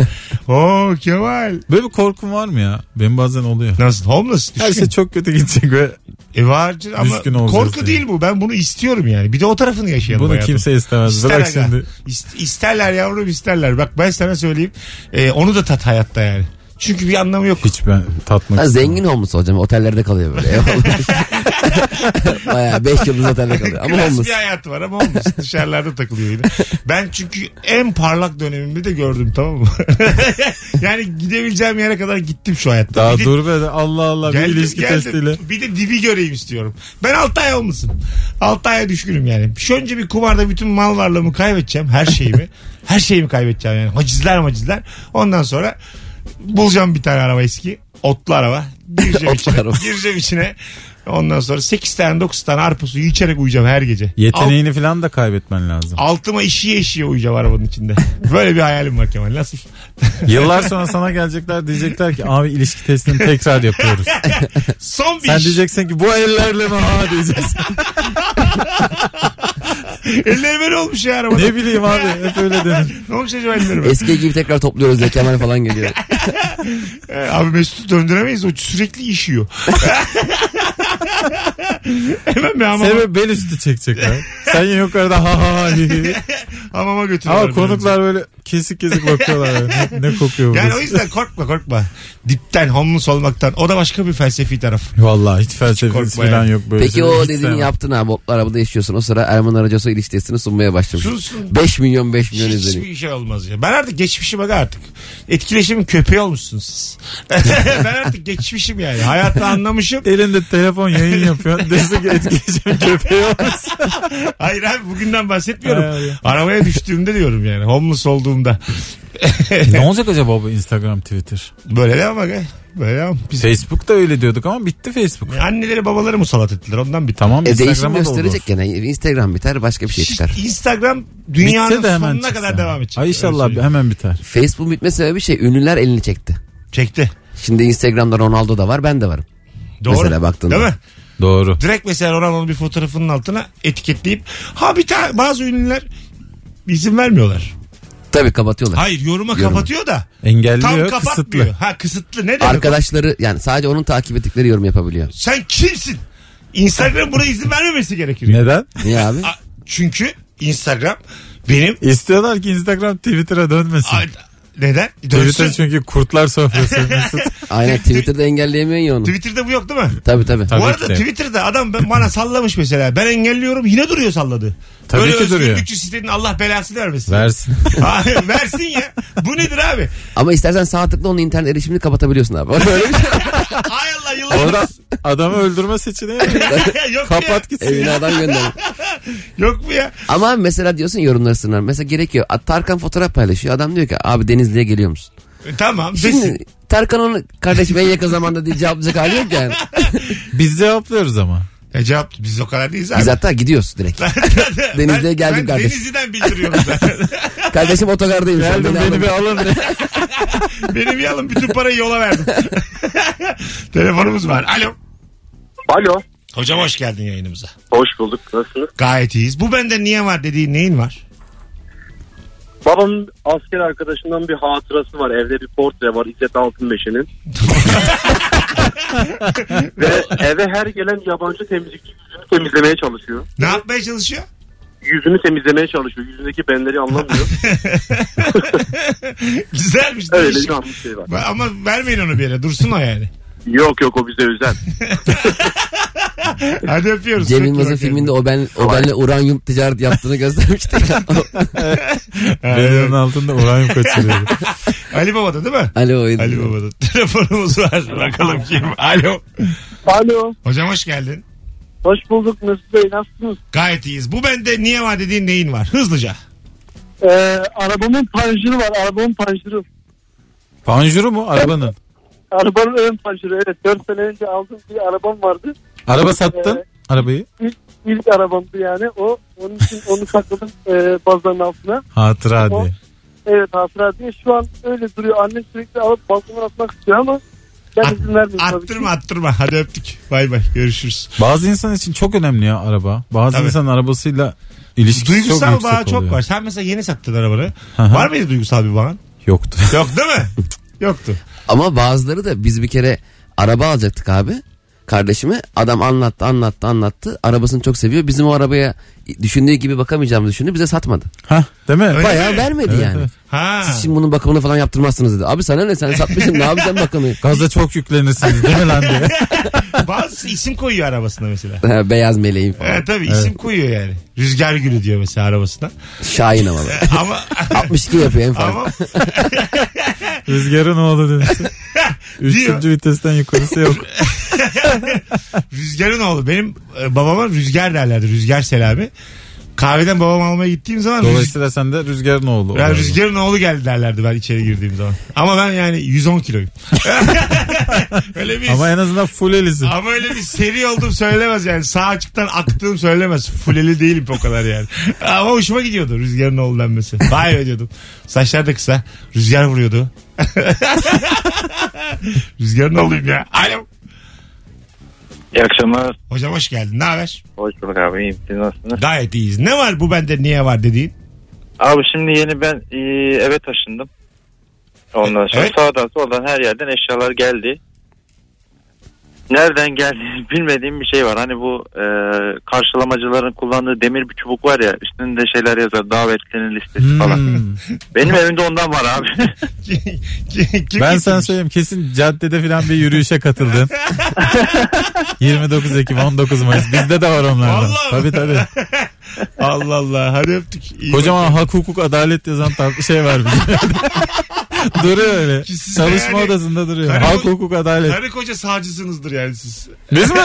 Speaker 2: Oo Kemal.
Speaker 3: Böyle bir korkum var mı ya? Benim bazen oluyor.
Speaker 2: Nasıl homeless? Düşkün.
Speaker 3: Her şey çok kötü gidecek ve
Speaker 2: E vardır ama
Speaker 3: Düşkün olacağız
Speaker 2: korku
Speaker 3: yani.
Speaker 2: değil bu. Ben bunu istiyorum yani. Bir de o tarafını yaşayalım
Speaker 3: bunu
Speaker 2: hayatım.
Speaker 3: kimse istemez.
Speaker 2: İster
Speaker 3: Bırak
Speaker 2: aga.
Speaker 3: şimdi.
Speaker 2: İst- isterler yavrum isterler. Bak ben sana söyleyeyim. E, onu da tat hayatta yani. Çünkü bir anlamı yok.
Speaker 3: Hiç ben tatmak
Speaker 4: Ha, zengin homeless hocam. Otellerde kalıyor böyle. Eyvallah. Bayağı 5 yıldız otelde kalıyor. Ama
Speaker 2: Klas
Speaker 4: homeless.
Speaker 2: bir hayatı var ama olmuş. Dışarılarda takılıyor yine. Ben çünkü en parlak dönemimi de gördüm tamam mı? yani gidebileceğim yere kadar gittim şu hayatta.
Speaker 3: Daha
Speaker 2: Bir de-
Speaker 3: dur be Allah Allah bir
Speaker 2: Geldim,
Speaker 3: ilişki
Speaker 2: geldim.
Speaker 3: testiyle.
Speaker 2: Bir de dibi göreyim istiyorum. Ben 6 ay olmasın. 6 aya düşkünüm yani. Şu önce bir kumarda bütün mal varlığımı kaybedeceğim. Her şeyimi. her şeyimi kaybedeceğim yani. Hacizler macizler. Ondan sonra bulacağım bir tane araba eski. Otlu araba. Gireceğim
Speaker 4: Otlu
Speaker 2: içine.
Speaker 4: araba.
Speaker 2: Gireceğim içine. Ondan sonra 8 tane 9 tane arpa suyu içerek uyuyacağım her gece. Alt-
Speaker 3: Yeteneğini falan da kaybetmen lazım.
Speaker 2: altıma işiye işiye uyuyacağım arabanın içinde. Böyle bir hayalim var Kemal. Nasıl?
Speaker 3: Yıllar sonra sana gelecekler diyecekler ki abi ilişki testini tekrar yapıyoruz.
Speaker 2: Son bir
Speaker 3: Sen
Speaker 2: iş.
Speaker 3: diyeceksin ki bu ellerle mi ha diyeceksin.
Speaker 2: Ellerim ne olmuş ya arabada?
Speaker 3: ne bileyim abi hep öyle denir.
Speaker 2: Ne olmuş acaba ellerime?
Speaker 4: Eski gibi tekrar topluyoruz diye Kemal falan geliyor.
Speaker 2: Ee, Abi Mesut'u döndüremeyiz. O sürekli işiyor. Hemen bir hamama,
Speaker 3: Sebep bel üstü çekecekler. Sen yukarıda ha ha ha hi hi.
Speaker 2: hamama götürüyorlar.
Speaker 3: Ama
Speaker 2: birbirimizi.
Speaker 3: konuklar böyle kesik kesik bakıyorlar. yani. Ne, ne kokuyor
Speaker 2: Yani o
Speaker 3: burası?
Speaker 2: yüzden korkma korkma. Dipten homeless olmaktan. O da başka bir felsefi taraf.
Speaker 3: Vallahi hiç felsefesi
Speaker 2: korkma ya.
Speaker 3: falan yok böyle.
Speaker 4: Peki
Speaker 3: şeyler.
Speaker 4: o
Speaker 3: Hiç
Speaker 4: dediğini
Speaker 3: sevmem.
Speaker 4: yaptın abi. Otlu arabada yaşıyorsun. O sıra Erman Aracosu ilişki testini sunmaya başlamış.
Speaker 2: Sunsun.
Speaker 4: 5 milyon 5 milyon E, izleniyor.
Speaker 2: Hiçbir şey olmaz ya. Ben artık geçmişim aga artık. Etkileşimin köpeği olmuşsunuz siz. ben artık geçmişim yani. Hayatı anlamışım.
Speaker 3: Elinde telefon yayın yapıyor. Desin ki etkileyeceğim köpeği olsun.
Speaker 2: Hayır abi bugünden bahsetmiyorum.
Speaker 3: Hay Allah.
Speaker 2: Arabaya düştüğümde diyorum yani. Homeless olduğumda.
Speaker 3: E, ne olacak acaba bu Instagram, Twitter?
Speaker 2: Böyle devam aga. Böyle devam. Biz
Speaker 3: Facebook da öyle diyorduk ama bitti Facebook.
Speaker 2: anneleri babaları musallat ettiler. Ondan bir
Speaker 3: Tamam
Speaker 4: E değişim
Speaker 3: Instagram'a da oldu.
Speaker 4: gösterecek gene. Instagram biter başka bir şey çıkar.
Speaker 2: Instagram
Speaker 3: Bitse
Speaker 2: dünyanın
Speaker 3: de hemen
Speaker 2: sonuna
Speaker 3: çıksa.
Speaker 2: kadar devam edecek. Şey,
Speaker 3: Ay inşallah
Speaker 2: Öyle söyleyeyim.
Speaker 3: hemen biter.
Speaker 4: Facebook bitme sebebi şey ünlüler elini çekti.
Speaker 2: Çekti.
Speaker 4: Şimdi Instagram'da Ronaldo da var ben de varım.
Speaker 2: Doğru.
Speaker 4: Mesela baktığında.
Speaker 2: Değil mi?
Speaker 3: Doğru.
Speaker 2: Direkt mesela Ronaldo'nun bir fotoğrafının altına etiketleyip ha bir tane bazı ünlüler izin vermiyorlar.
Speaker 4: Tabii kapatıyorlar.
Speaker 2: Hayır yoruma
Speaker 4: Yoruma.
Speaker 2: kapatıyor da tam
Speaker 3: Engelliyor,
Speaker 2: kapatmıyor.
Speaker 3: kısıtlı.
Speaker 2: Ha kısıtlı ne demek?
Speaker 4: Arkadaşları yani sadece onun takip ettikleri yorum yapabiliyor.
Speaker 2: Sen kimsin? Instagram buna izin vermemesi gerekir.
Speaker 3: Neden?
Speaker 4: Niye abi?
Speaker 2: A- Çünkü Instagram benim
Speaker 3: İstiyorlar ki Instagram Twitter'a dönmesin.
Speaker 2: A- neden?
Speaker 3: Twitter
Speaker 2: Dönsün.
Speaker 3: çünkü kurtlar sofrası. Mesut.
Speaker 4: Aynen Twitter'da engelleyemiyorsun ya onu.
Speaker 2: Twitter'da bu yok değil mi?
Speaker 4: Tabii tabii.
Speaker 3: Tabii
Speaker 2: Bu arada
Speaker 3: ki de.
Speaker 2: Twitter'da adam ben- bana sallamış mesela. Ben engelliyorum yine duruyor salladı.
Speaker 3: Tabii
Speaker 2: Böyle
Speaker 3: ki duruyor.
Speaker 2: özgürlükçü sitenin Allah belasını vermesin.
Speaker 3: Versin.
Speaker 2: Ha, versin ya. Bu nedir abi?
Speaker 4: Ama istersen sağ tıkla onun internet erişimini kapatabiliyorsun abi. Böyle bir şey.
Speaker 2: Hay Allah
Speaker 3: Orada
Speaker 2: yıllar.
Speaker 3: adamı öldürme seçeneği var.
Speaker 2: yok mu ya?
Speaker 3: Kapat gitsin.
Speaker 4: Evine adam gönder.
Speaker 2: Yok mu ya?
Speaker 4: Ama abi mesela diyorsun yorumları sınırlar. Mesela gerekiyor. A- Tarkan fotoğraf paylaşıyor. Adam diyor ki abi Denizli'ye geliyor musun?
Speaker 2: E, tamam. desin.
Speaker 4: Şimdi Tarkan onu kardeşim en yakın zamanda diye cevaplayacak hali yok yani.
Speaker 3: Biz cevaplıyoruz ama.
Speaker 2: E, cevap biz o kadar değiliz abi.
Speaker 4: Biz hatta gidiyoruz direkt. Denizli'ye
Speaker 2: Ben-
Speaker 4: geldim
Speaker 2: ben
Speaker 4: kardeşim.
Speaker 2: Denizli'den bildiriyorum zaten.
Speaker 4: Kardeşim otogardayım. şu an,
Speaker 3: Geldim beni
Speaker 4: alın.
Speaker 3: bir alın.
Speaker 2: Benim yalım bütün parayı yola verdim. Telefonumuz var. Alo.
Speaker 5: Alo.
Speaker 2: Hocam hoş geldin yayınımıza.
Speaker 5: Hoş bulduk. Nasılsınız?
Speaker 2: Gayet iyiyiz. Bu bende niye var dediğin neyin var?
Speaker 5: Babamın asker arkadaşından bir hatırası var. Evde bir portre var İzzet Altınbeşi'nin. Ve eve her gelen yabancı temizlikçi yüzünü temizlemeye çalışıyor.
Speaker 2: Ne yapmaya çalışıyor?
Speaker 5: Yüzünü temizlemeye çalışıyor. Yüzündeki benleri anlamıyor.
Speaker 2: Güzelmiş.
Speaker 5: Öyle
Speaker 2: değişik.
Speaker 5: bir yanlış şey var.
Speaker 2: Ama vermeyin onu bir yere. Dursun o yani.
Speaker 5: Yok yok o bize özel.
Speaker 2: Hadi öpüyoruz.
Speaker 4: Cem
Speaker 2: Çok iyi
Speaker 4: Yılmaz'ın
Speaker 2: bak
Speaker 4: filminde o ben o benle uranyum ticaret yaptığını göstermişti.
Speaker 3: Benim altında uranyum kaçırıyor.
Speaker 2: Ali Baba'da değil mi?
Speaker 4: Alo oydu.
Speaker 2: Ali Baba'da. Telefonumuz var. Bakalım kim? Alo.
Speaker 5: Alo.
Speaker 2: Hocam hoş geldin.
Speaker 5: Hoş bulduk Mesut Bey. Nasılsınız?
Speaker 2: Gayet iyiyiz. Bu bende niye var dediğin neyin var? Hızlıca.
Speaker 5: Ee, arabamın panjuru var. Arabamın panjuru.
Speaker 3: Panjuru mu arabanın?
Speaker 5: Arabanın ön panjuru. Evet 4 sene önce aldığım bir arabam vardı.
Speaker 3: Araba sattın arabayı.
Speaker 5: İlk, ilk arabamdı yani. O onun için onu sakladım e, bazların altına.
Speaker 3: Hatıra diye.
Speaker 5: Evet hatıra diye. Şu an öyle duruyor. Annem sürekli alıp balkondan atmak istiyor ama ben
Speaker 2: At-
Speaker 5: izin vermiyorum. tabii ki.
Speaker 2: attırma attırma. Hadi öptük. Bay bay. Görüşürüz.
Speaker 3: Bazı insan için çok önemli ya araba. Bazı
Speaker 2: Tabii.
Speaker 3: insan arabasıyla ilişkisi çok
Speaker 2: Duygusal
Speaker 3: yüksek
Speaker 2: bağ
Speaker 3: oluyor.
Speaker 2: çok var. Sen mesela yeni sattın arabanı.
Speaker 3: Aha.
Speaker 2: Var mıydı duygusal bir bağın?
Speaker 3: Yoktu.
Speaker 2: Yok değil mi? Yoktu.
Speaker 4: Ama bazıları da biz bir kere araba alacaktık abi. kardeşime. Adam anlattı anlattı anlattı. Arabasını çok seviyor. Bizim o arabaya düşündüğü gibi bakamayacağımızı düşündü. Bize satmadı.
Speaker 3: Hah değil mi?
Speaker 2: Öyle
Speaker 4: Bayağı
Speaker 2: mi?
Speaker 4: vermedi yani.
Speaker 2: Ha.
Speaker 4: Siz şimdi bunun bakımını falan yaptırmazsınız dedi. Abi sana ne sen satmışsın ne yapacaksın bakımı?
Speaker 3: Gaza çok yüklenirsiniz değil mi lan diye.
Speaker 2: Bazısı isim koyuyor arabasına mesela.
Speaker 4: Ha, Beyaz meleğim falan.
Speaker 2: Evet tabii isim koyuyor yani. Rüzgar gülü diyor mesela arabasına.
Speaker 4: Şahin havalı.
Speaker 2: Ama
Speaker 4: 62 yapıyor en fazla.
Speaker 2: ama
Speaker 3: Rüzgarın oğlu demişti. Üçüncü vitesten yukarısı yok.
Speaker 2: Rüzgar'ın oğlu. Benim e, babama Rüzgar derlerdi. Rüzgar Selami. Kahveden babam almaya gittiğim zaman Rüz-
Speaker 3: Dolayısıyla sen de rüzgarın oğlu.
Speaker 2: Ya
Speaker 3: olarak.
Speaker 2: Rüzgar'ın oğlu geldi derlerdi ben içeri girdiğim zaman. Ama ben yani 110 kiloyum. öyle bir
Speaker 3: Ama
Speaker 2: ama,
Speaker 3: en azından full elisin.
Speaker 2: öyle bir seri oldum söylemez yani. Sağ açıktan aktığım söylemez. Fuleli değilim o kadar yani. Ama hoşuma gidiyordu Rüzgar'ın oğlu denmesi. Vay be diyordum. Saçlar da kısa. Rüzgar vuruyordu. Rüzgar'ın oğluyum ya. Alo.
Speaker 8: İyi akşamlar.
Speaker 2: Hocam hoş geldin. Ne haber?
Speaker 8: Hoş bulduk abi. İyiyim. Siz nasılsınız?
Speaker 2: Gayet iyiyiz. Ne var bu bende niye var dediğin?
Speaker 8: Abi şimdi yeni ben e, eve taşındım. Ondan sonra
Speaker 2: Evet.
Speaker 8: sağdan soldan her yerden eşyalar geldi. Nereden geldiğini bilmediğim bir şey var. Hani bu e, karşılamacıların kullandığı demir bir çubuk var ya üstünde şeyler yazar davetlerin listesi falan.
Speaker 3: Hmm.
Speaker 8: Benim evimde ondan var abi.
Speaker 2: Kim- kim- kim
Speaker 3: Ben sana
Speaker 2: getirmiş?
Speaker 3: söyleyeyim kesin caddede falan bir yürüyüşe katıldın. 29 Ekim 19 Mayıs bizde de var onlardan.
Speaker 2: Vallahi mi?
Speaker 3: Tabii tabii.
Speaker 2: Allah Allah. Hadi öptük. İyi
Speaker 3: Kocaman hak hukuk adalet yazan tar- şey var bizim. duruyor öyle.
Speaker 2: Ki siz de
Speaker 3: Çalışma
Speaker 2: yani-
Speaker 3: odasında duruyor.
Speaker 2: Karı-
Speaker 3: hak hukuk adalet.
Speaker 2: Karı koca sağcısınızdır yani siz.
Speaker 3: Biz mi?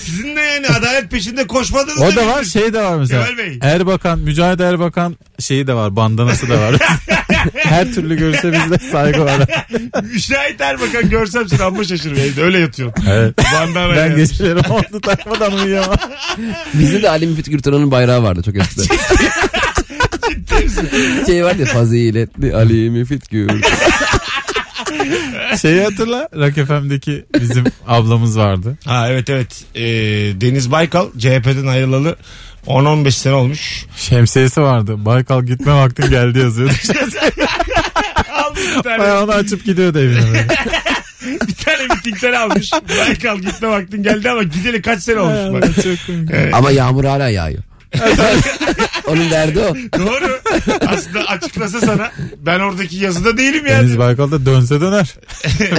Speaker 2: Sizin de yani adalet peşinde koşmadınız.
Speaker 3: O da var şey de var mesela.
Speaker 2: Kemal Bey.
Speaker 3: Erbakan, Mücahit Erbakan şeyi de var. Bandanası da var. Her türlü görüşe bizde saygı var.
Speaker 2: Müşahit Erbakan görsem seni amma şaşırırım evde. Öyle yatıyorsun.
Speaker 3: Evet.
Speaker 2: Bandana
Speaker 3: Ben
Speaker 2: yani.
Speaker 3: geceleri onu takmadan uyuyamam.
Speaker 4: Bizde de Ali Müfit Gürtüren'in bayrağı vardı çok eskiden. şey vardı ya faziletli Ali Müfit Gürtüren.
Speaker 3: Şeyi hatırla. Rock FM'deki bizim ablamız vardı.
Speaker 2: Ha evet evet. Ee, Deniz Baykal CHP'den ayrılalı 10-15 sene olmuş.
Speaker 3: Şemsiyesi vardı. Baykal gitme vaktin geldi yazıyordu.
Speaker 2: Almış bir tane,
Speaker 3: Bayağı onu açıp gidiyordu evine. böyle.
Speaker 2: bir tane mitingden almış. Baykal gitme vaktin geldi ama gideli kaç sene olmuş. Bak.
Speaker 3: Çok komik.
Speaker 4: Ama yağmur hala yağıyor. Onun derdi o.
Speaker 2: Doğru. Aslında açıklasa sana ben oradaki yazıda değilim yani.
Speaker 3: Deniz Baykal da dönse döner.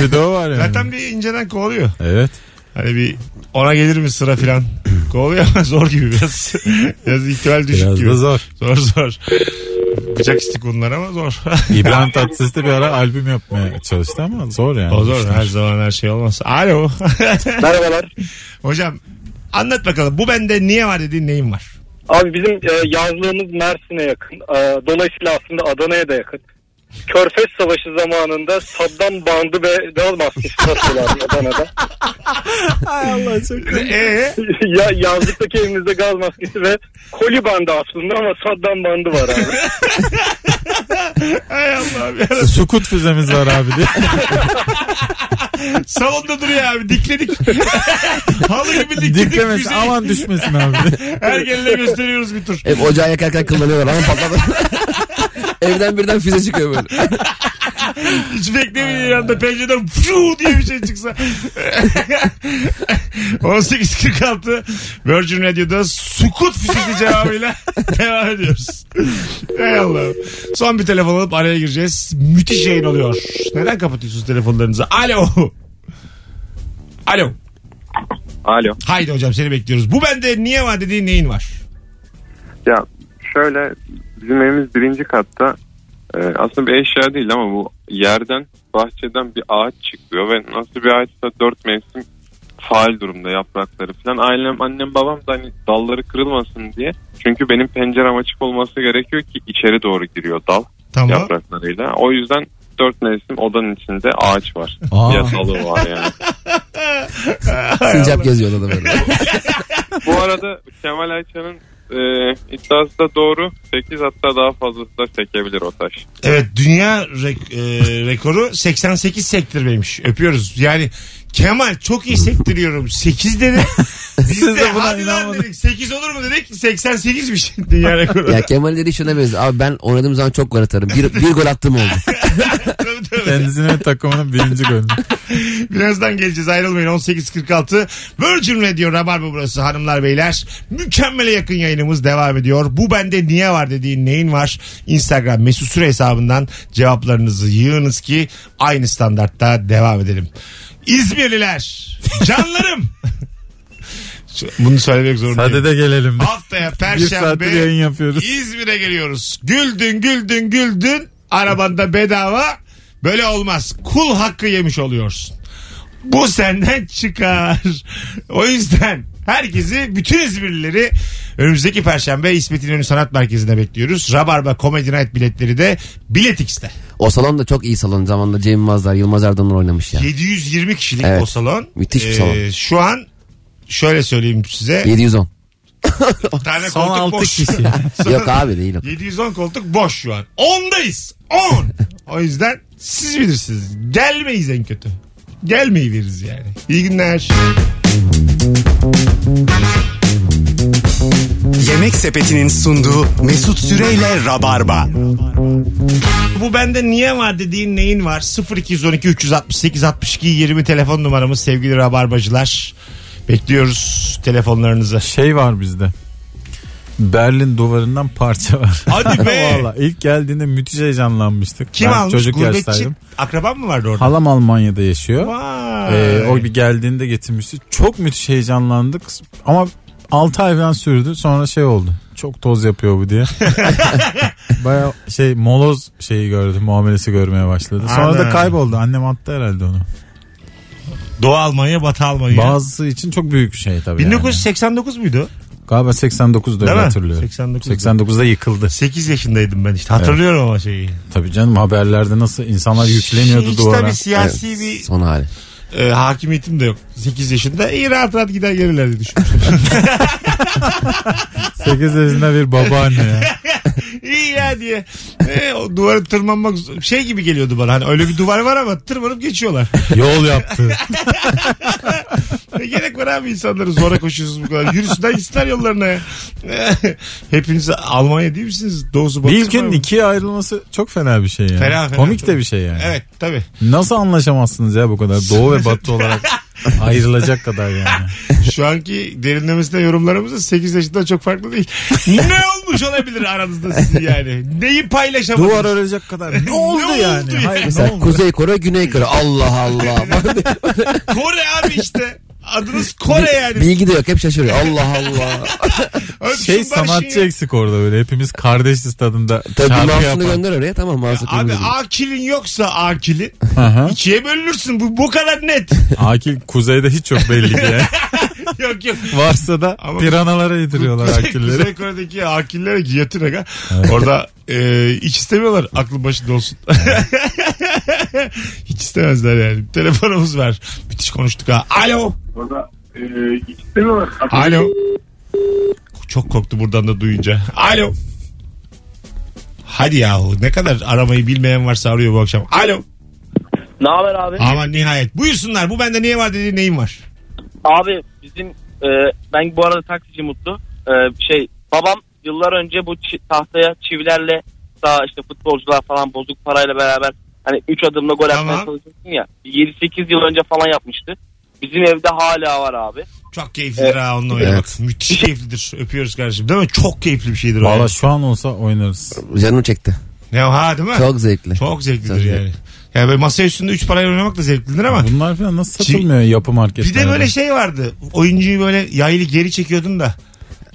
Speaker 3: bir de o var yani.
Speaker 2: Zaten bir inceden kovalıyor.
Speaker 3: Evet.
Speaker 2: Hani bir ona gelir mi sıra filan? Kovalıyor ama zor gibi biraz. biraz ihtimal düşük
Speaker 3: Biraz
Speaker 2: gibi.
Speaker 3: da zor.
Speaker 2: Zor zor. Bıçak istik bunlar ama zor.
Speaker 3: İbrahim Tatlıses de bir ara albüm yapmaya çalıştı ama zor yani.
Speaker 2: o zor her zaman her şey olmaz. Alo.
Speaker 9: Merhabalar.
Speaker 2: Hocam anlat bakalım bu bende niye var dediğin neyin var?
Speaker 9: Abi bizim e, yazlığımız Mersin'e yakın. E, dolayısıyla aslında Adana'ya da yakın. Körfez Savaşı zamanında Saddam bandı ve gaz maskesi satıyorlardı Adana'da.
Speaker 2: Ee,
Speaker 9: ya, yazlıktaki evimizde gaz maskesi ve koli bandı aslında ama Saddam bandı var abi.
Speaker 2: hay Allah'ım ya.
Speaker 3: Sukut füzemiz var abi diye.
Speaker 2: Salonda duruyor abi dikledik. Halı gibi dikledik.
Speaker 3: Diklemesin
Speaker 2: füzeyi.
Speaker 3: aman düşmesin abi.
Speaker 2: Her gelene gösteriyoruz bir tur.
Speaker 4: Hep ocağı yakarken kullanıyorlar ama patlamadı. Evden birden füze çıkıyor böyle.
Speaker 2: Hiç beklemediğin anda pencereden fuu diye bir şey çıksa. 18.46 Virgin Radio'da sukut füzesi cevabıyla devam ediyoruz. Ey Allah'ım. Son bir telefon alıp araya gireceğiz. Müthiş yayın oluyor. Neden kapatıyorsunuz telefonlarınızı? Alo. Alo.
Speaker 6: Alo.
Speaker 2: Haydi hocam seni bekliyoruz. Bu bende niye var dediğin neyin var?
Speaker 6: Ya şöyle bizim evimiz birinci katta Ee, aslında bir eşya değil ama bu yerden bahçeden bir ağaç çıkıyor ve nasıl bir ağaçsa dört mevsim faal durumda yaprakları falan. Ailem annem babam da hani dalları kırılmasın diye. Çünkü benim pencerem açık olması gerekiyor ki içeri doğru giriyor dal
Speaker 2: Tamam.
Speaker 6: yapraklarıyla. O yüzden dört mevsim odanın içinde ağaç var.
Speaker 3: Aa.
Speaker 6: Ya dalı var yani.
Speaker 4: Sincap geziyor da böyle.
Speaker 6: Bu arada Kemal Ayça'nın e, iddiası da doğru. 8 hatta daha fazlası da sekebilir o taş.
Speaker 2: Evet dünya re- e, rekoru 88 sektir benim. Öpüyoruz. Yani Kemal çok iyi sektiriyorum 8 dedi. Biz
Speaker 3: Siz de
Speaker 2: de
Speaker 3: buna
Speaker 2: hadi lan
Speaker 3: inanmadınız.
Speaker 2: dedik 8 olur mu dedik 88'miş dünya rekoru.
Speaker 4: Ya Kemal dedi şuna benziyor. Abi ben oynadığım zaman çok gol atarım. Bir, bir gol attım oldu.
Speaker 2: Tabii, tabii.
Speaker 3: Kendisine ve takımının birinci golünü.
Speaker 2: Birazdan geleceğiz ayrılmayın 18.46 Virgin Radio Rabarba burası hanımlar beyler. Mükemmele yakın yayınımız devam ediyor. Bu bende niye var dediğin neyin var? Instagram mesut süre hesabından cevaplarınızı yığınız ki aynı standartta devam edelim. İzmirliler canlarım. Şu- Bunu söylemek zorundayım.
Speaker 3: Hadi de gelelim.
Speaker 2: Haftaya
Speaker 3: Bir saattir
Speaker 2: perşembe
Speaker 3: yayın yapıyoruz.
Speaker 2: İzmir'e geliyoruz. Güldün güldün güldün. Arabanda bedava. Böyle olmaz. Kul hakkı yemiş oluyorsun. Bu senden çıkar. O yüzden herkesi, bütün İzmirlileri önümüzdeki perşembe İsmet İnönü Sanat Merkezi'ne bekliyoruz. Rabarba Comedy Night biletleri de Bilet X'te.
Speaker 4: O salon da çok iyi salon. Zamanında Cem Yılmazlar, Yılmaz Erdoğanlar oynamış ya.
Speaker 2: 720 kişilik
Speaker 4: Evet.
Speaker 2: o salon. Ee,
Speaker 4: Müthiş bir salon.
Speaker 2: Şu an şöyle söyleyeyim size.
Speaker 4: 710.
Speaker 2: Bir tane
Speaker 3: Son
Speaker 2: koltuk
Speaker 3: altı
Speaker 2: boş.
Speaker 3: kişi.
Speaker 2: Son-
Speaker 4: Yok abi değil. o.
Speaker 2: 710 koltuk boş şu an. 10'dayız. 10. o yüzden siz bilirsiniz. Gelmeyiz en kötü. Gelmeyi veririz yani. İyi günler.
Speaker 1: Yemek Sepeti'nin sunduğu Mesut Süreyle Rabarba.
Speaker 2: Bu bende niye var dediğin neyin var? 0212 368 62 20 telefon numaramız sevgili rabarbacılar. Bekliyoruz telefonlarınızı.
Speaker 3: Şey var bizde. Berlin duvarından parça var.
Speaker 2: Hadi be.
Speaker 3: Valla ilk geldiğinde müthiş heyecanlanmıştık.
Speaker 2: Kim
Speaker 3: Ben
Speaker 2: almış?
Speaker 3: Çocuk
Speaker 2: Gurbetçi
Speaker 3: yaştaydım.
Speaker 2: akraban mı vardı orada?
Speaker 3: Halam Almanya'da yaşıyor.
Speaker 2: Vay.
Speaker 3: Ee, o bir geldiğinde getirmişti. Çok müthiş heyecanlandık. Ama 6 ay falan sürdü. Sonra şey oldu. Çok toz yapıyor bu diye. Baya şey moloz şeyi gördü. Muamelesi görmeye başladı. Sonra
Speaker 2: Ana.
Speaker 3: da kayboldu. Annem attı herhalde onu.
Speaker 2: Doğu Almanya, Batı Almanya.
Speaker 3: Bazısı için çok büyük bir şey tabii. yani.
Speaker 2: 1989 muydu?
Speaker 3: Galiba 89'da öyle
Speaker 2: Değil mi?
Speaker 3: hatırlıyorum.
Speaker 2: 89'da.
Speaker 3: 89'da yıkıldı.
Speaker 2: 8 yaşındaydım ben işte. Hatırlıyorum ama şeyi.
Speaker 3: Tabii canım haberlerde nasıl insanlar yükleniyordu
Speaker 2: Hiç
Speaker 3: duvara.
Speaker 2: tabii siyasi bir
Speaker 4: Son hali.
Speaker 2: e, hakimiyetim de yok. 8 yaşında iyi rahat rahat gider gelirler diye düşünmüştüm.
Speaker 3: 8 yaşında bir babaanne ya.
Speaker 2: iyi ya diye. E, o duvara tırmanmak z- şey gibi geliyordu bana. Hani öyle bir duvar var ama tırmanıp geçiyorlar.
Speaker 3: Yol yaptı.
Speaker 2: ne gerek var abi insanları zora koşuyorsunuz bu kadar. Yürüsünler gitsinler yollarına. ya. Hepiniz Almanya değil misiniz? Doğusu batısı
Speaker 3: bir
Speaker 2: var
Speaker 3: ülkenin
Speaker 2: mı?
Speaker 3: ikiye ayrılması çok fena bir şey ya.
Speaker 2: Fena, fena.
Speaker 3: Komik de bir şey yani.
Speaker 2: Evet tabii.
Speaker 3: Nasıl anlaşamazsınız ya bu kadar doğu ve batı olarak ayrılacak kadar yani.
Speaker 2: Şu anki derinlemesine yorumlarımız da 8 yaşında çok farklı değil. ne olmuş olabilir aranızda sizin yani? Neyi paylaşamadınız?
Speaker 3: Duvar örülecek kadar. Ne oldu
Speaker 2: oldu
Speaker 3: yani?
Speaker 2: ya?
Speaker 3: Hayır, ne
Speaker 4: Mesela
Speaker 3: oldu?
Speaker 4: Kuzey Kore, Güney Kore. Allah Allah.
Speaker 2: Kore abi işte. Adınız Kore yani.
Speaker 4: Bilgi de yok. Hep şaşırıyor. Allah Allah.
Speaker 2: Öpsün
Speaker 3: Şey
Speaker 2: barışın
Speaker 3: sanatçı
Speaker 2: ya.
Speaker 3: eksik orada böyle hepimiz kardeşiz tadında
Speaker 4: Tabii
Speaker 3: şarkı
Speaker 4: Mahsun'u
Speaker 3: yapan.
Speaker 4: gönder oraya. Tamam Mahsun.
Speaker 2: Abi
Speaker 4: gönderiyor.
Speaker 2: akilin yoksa akilin
Speaker 3: Aha.
Speaker 2: ikiye bölünürsün. Bu, bu kadar net.
Speaker 3: Akil kuzeyde hiç yok belli ki. ya.
Speaker 2: yok yok.
Speaker 3: Varsa da
Speaker 2: Ama-
Speaker 3: piranalara yediriyorlar akilleri.
Speaker 2: Kuzey Kore'deki akillere giyotin aga. Orada e, hiç istemiyorlar aklın başında olsun. hiç istemezler yani. Telefonumuz var. Müthiş konuştuk ha. Alo.
Speaker 5: Orada e, istemiyorlar.
Speaker 2: Alo. Çok korktu buradan da duyunca. Alo. Hadi yahu ne kadar aramayı bilmeyen varsa arıyor bu akşam. Alo.
Speaker 8: Ne haber abi?
Speaker 2: Ama nihayet. Buyursunlar. Bu bende niye var dediğin neyin var?
Speaker 8: Abi bizim e, ben bu arada taksici mutlu. E, şey babam yıllar önce bu çi- tahtaya çivilerle daha işte futbolcular falan bozuk parayla beraber hani 3 adımla gol
Speaker 2: Tamam.
Speaker 8: atmaya çalışıyorsun ya. 7-8 yıl önce falan yapmıştı. Bizim evde hala var abi.
Speaker 2: Çok keyiflidir ha onunla oynamak. Müthiş keyiflidir. Öpüyoruz kardeşim. Değil mi? Çok keyifli bir şeydir o. ya.
Speaker 3: Valla şu an olsa oynarız.
Speaker 4: Canım çekti.
Speaker 2: Ne o, ha değil mi? Çok,
Speaker 4: Çok zevkli.
Speaker 2: zevklidir
Speaker 4: Çok
Speaker 2: yani. Yani böyle masa üstünde 3 parayla oynamak da zevklidir ama.
Speaker 3: Bunlar falan nasıl satılmıyor yapı
Speaker 2: Bir
Speaker 3: marketlerde?
Speaker 2: de böyle şey vardı. Oyuncuyu böyle yaylı geri çekiyordun da.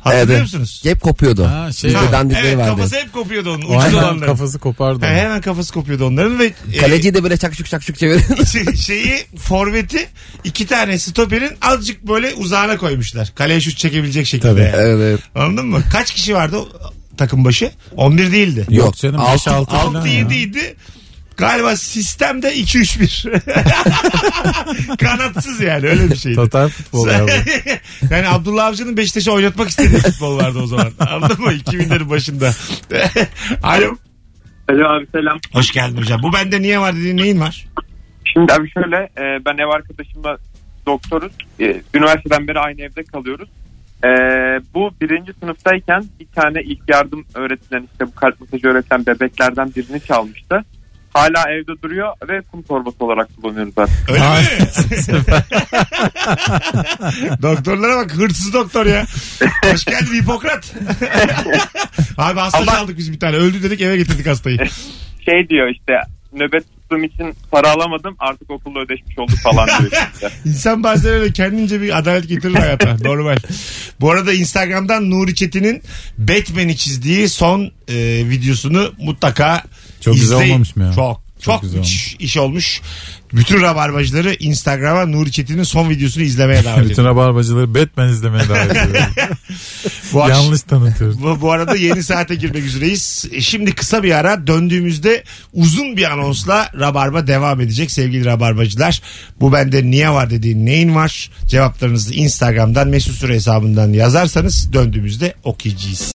Speaker 2: Hatırlıyor
Speaker 4: Evet.
Speaker 2: musunuz?
Speaker 4: Hep kopuyordu.
Speaker 3: Ha, şey
Speaker 4: Bizde
Speaker 3: var.
Speaker 4: dandikleri
Speaker 2: evet
Speaker 4: vardı.
Speaker 2: kafası hep kopuyordu onun.
Speaker 3: O
Speaker 2: Ucuz
Speaker 3: aynen
Speaker 2: olanların.
Speaker 3: kafası kopardı.
Speaker 2: He, hemen kafası kopuyordu onların ve e,
Speaker 4: Kaleci de böyle çakşuk çakşuk çeviriyordu.
Speaker 2: şey- şeyi forveti iki tane stoperin azıcık böyle uzağına koymuşlar. Kaleye şut çekebilecek şekilde.
Speaker 3: Tabii.
Speaker 2: yani.
Speaker 4: evet evet.
Speaker 2: Anladın mı? Kaç kişi vardı o takım başı? 11 değildi.
Speaker 3: Yok,
Speaker 4: Yok,
Speaker 3: canım
Speaker 4: altı-
Speaker 3: 5 6
Speaker 2: 6 7 idi. Galiba sistemde 2 3 1. Kanatsız yani öyle bir şeydi.
Speaker 3: Total futbol ya bu.
Speaker 2: yani Abdullah Avcı'nın Beşiktaş'ı oynatmak istediği futbol vardı o zaman. Anladın mı? 2000'lerin başında. Alo.
Speaker 5: Alo abi selam.
Speaker 2: Hoş geldin hocam. Bu bende niye var dediğin neyin var?
Speaker 6: Şimdi abi şöyle e, ben ev arkadaşımla doktoruz. E, üniversiteden beri aynı evde kalıyoruz. E, bu birinci sınıftayken bir tane ilk yardım öğretilen işte bu kalp masajı öğretilen bebeklerden birini çalmıştı. Hala evde duruyor ve kum torbası olarak kullanıyoruz artık.
Speaker 2: Öyle mi? Doktorlara bak hırsız doktor ya. Hoş geldin Hipokrat. Abi hasta
Speaker 6: Ama-
Speaker 2: çaldık biz bir tane. Öldü dedik eve getirdik hastayı.
Speaker 6: Şey diyor işte nöbet tuttuğum için para alamadım artık okulda ödeşmiş oldu falan diyor. işte.
Speaker 2: İnsan bazen öyle kendince bir adalet getirir hayata. Normal. Bu arada Instagram'dan Nuri Çetin'in Batman'i çizdiği son e, videosunu mutlaka
Speaker 3: Çok güzel
Speaker 2: izleyin.
Speaker 3: olmamış mı ya?
Speaker 2: Çok. Çok,
Speaker 3: güzel
Speaker 2: müthiş iş olmuş. Bütün rabarbacıları Instagram'a Nuri Çetin'in son videosunu izlemeye davet
Speaker 3: Bütün
Speaker 2: ediyorum.
Speaker 3: rabarbacıları Batman izlemeye davet ediyorum.
Speaker 2: Bu akş-
Speaker 3: Yanlış tanıtıyoruz.
Speaker 2: Bu, bu arada yeni saate girmek üzereyiz. E, Şimdi kısa bir ara döndüğümüzde uzun bir anonsla Rabarba devam edecek sevgili Rabarbacılar. Bu bende niye var dediğin neyin var? Cevaplarınızı Instagram'dan Mesut Süre hesabından yazarsanız döndüğümüzde okuyacağız.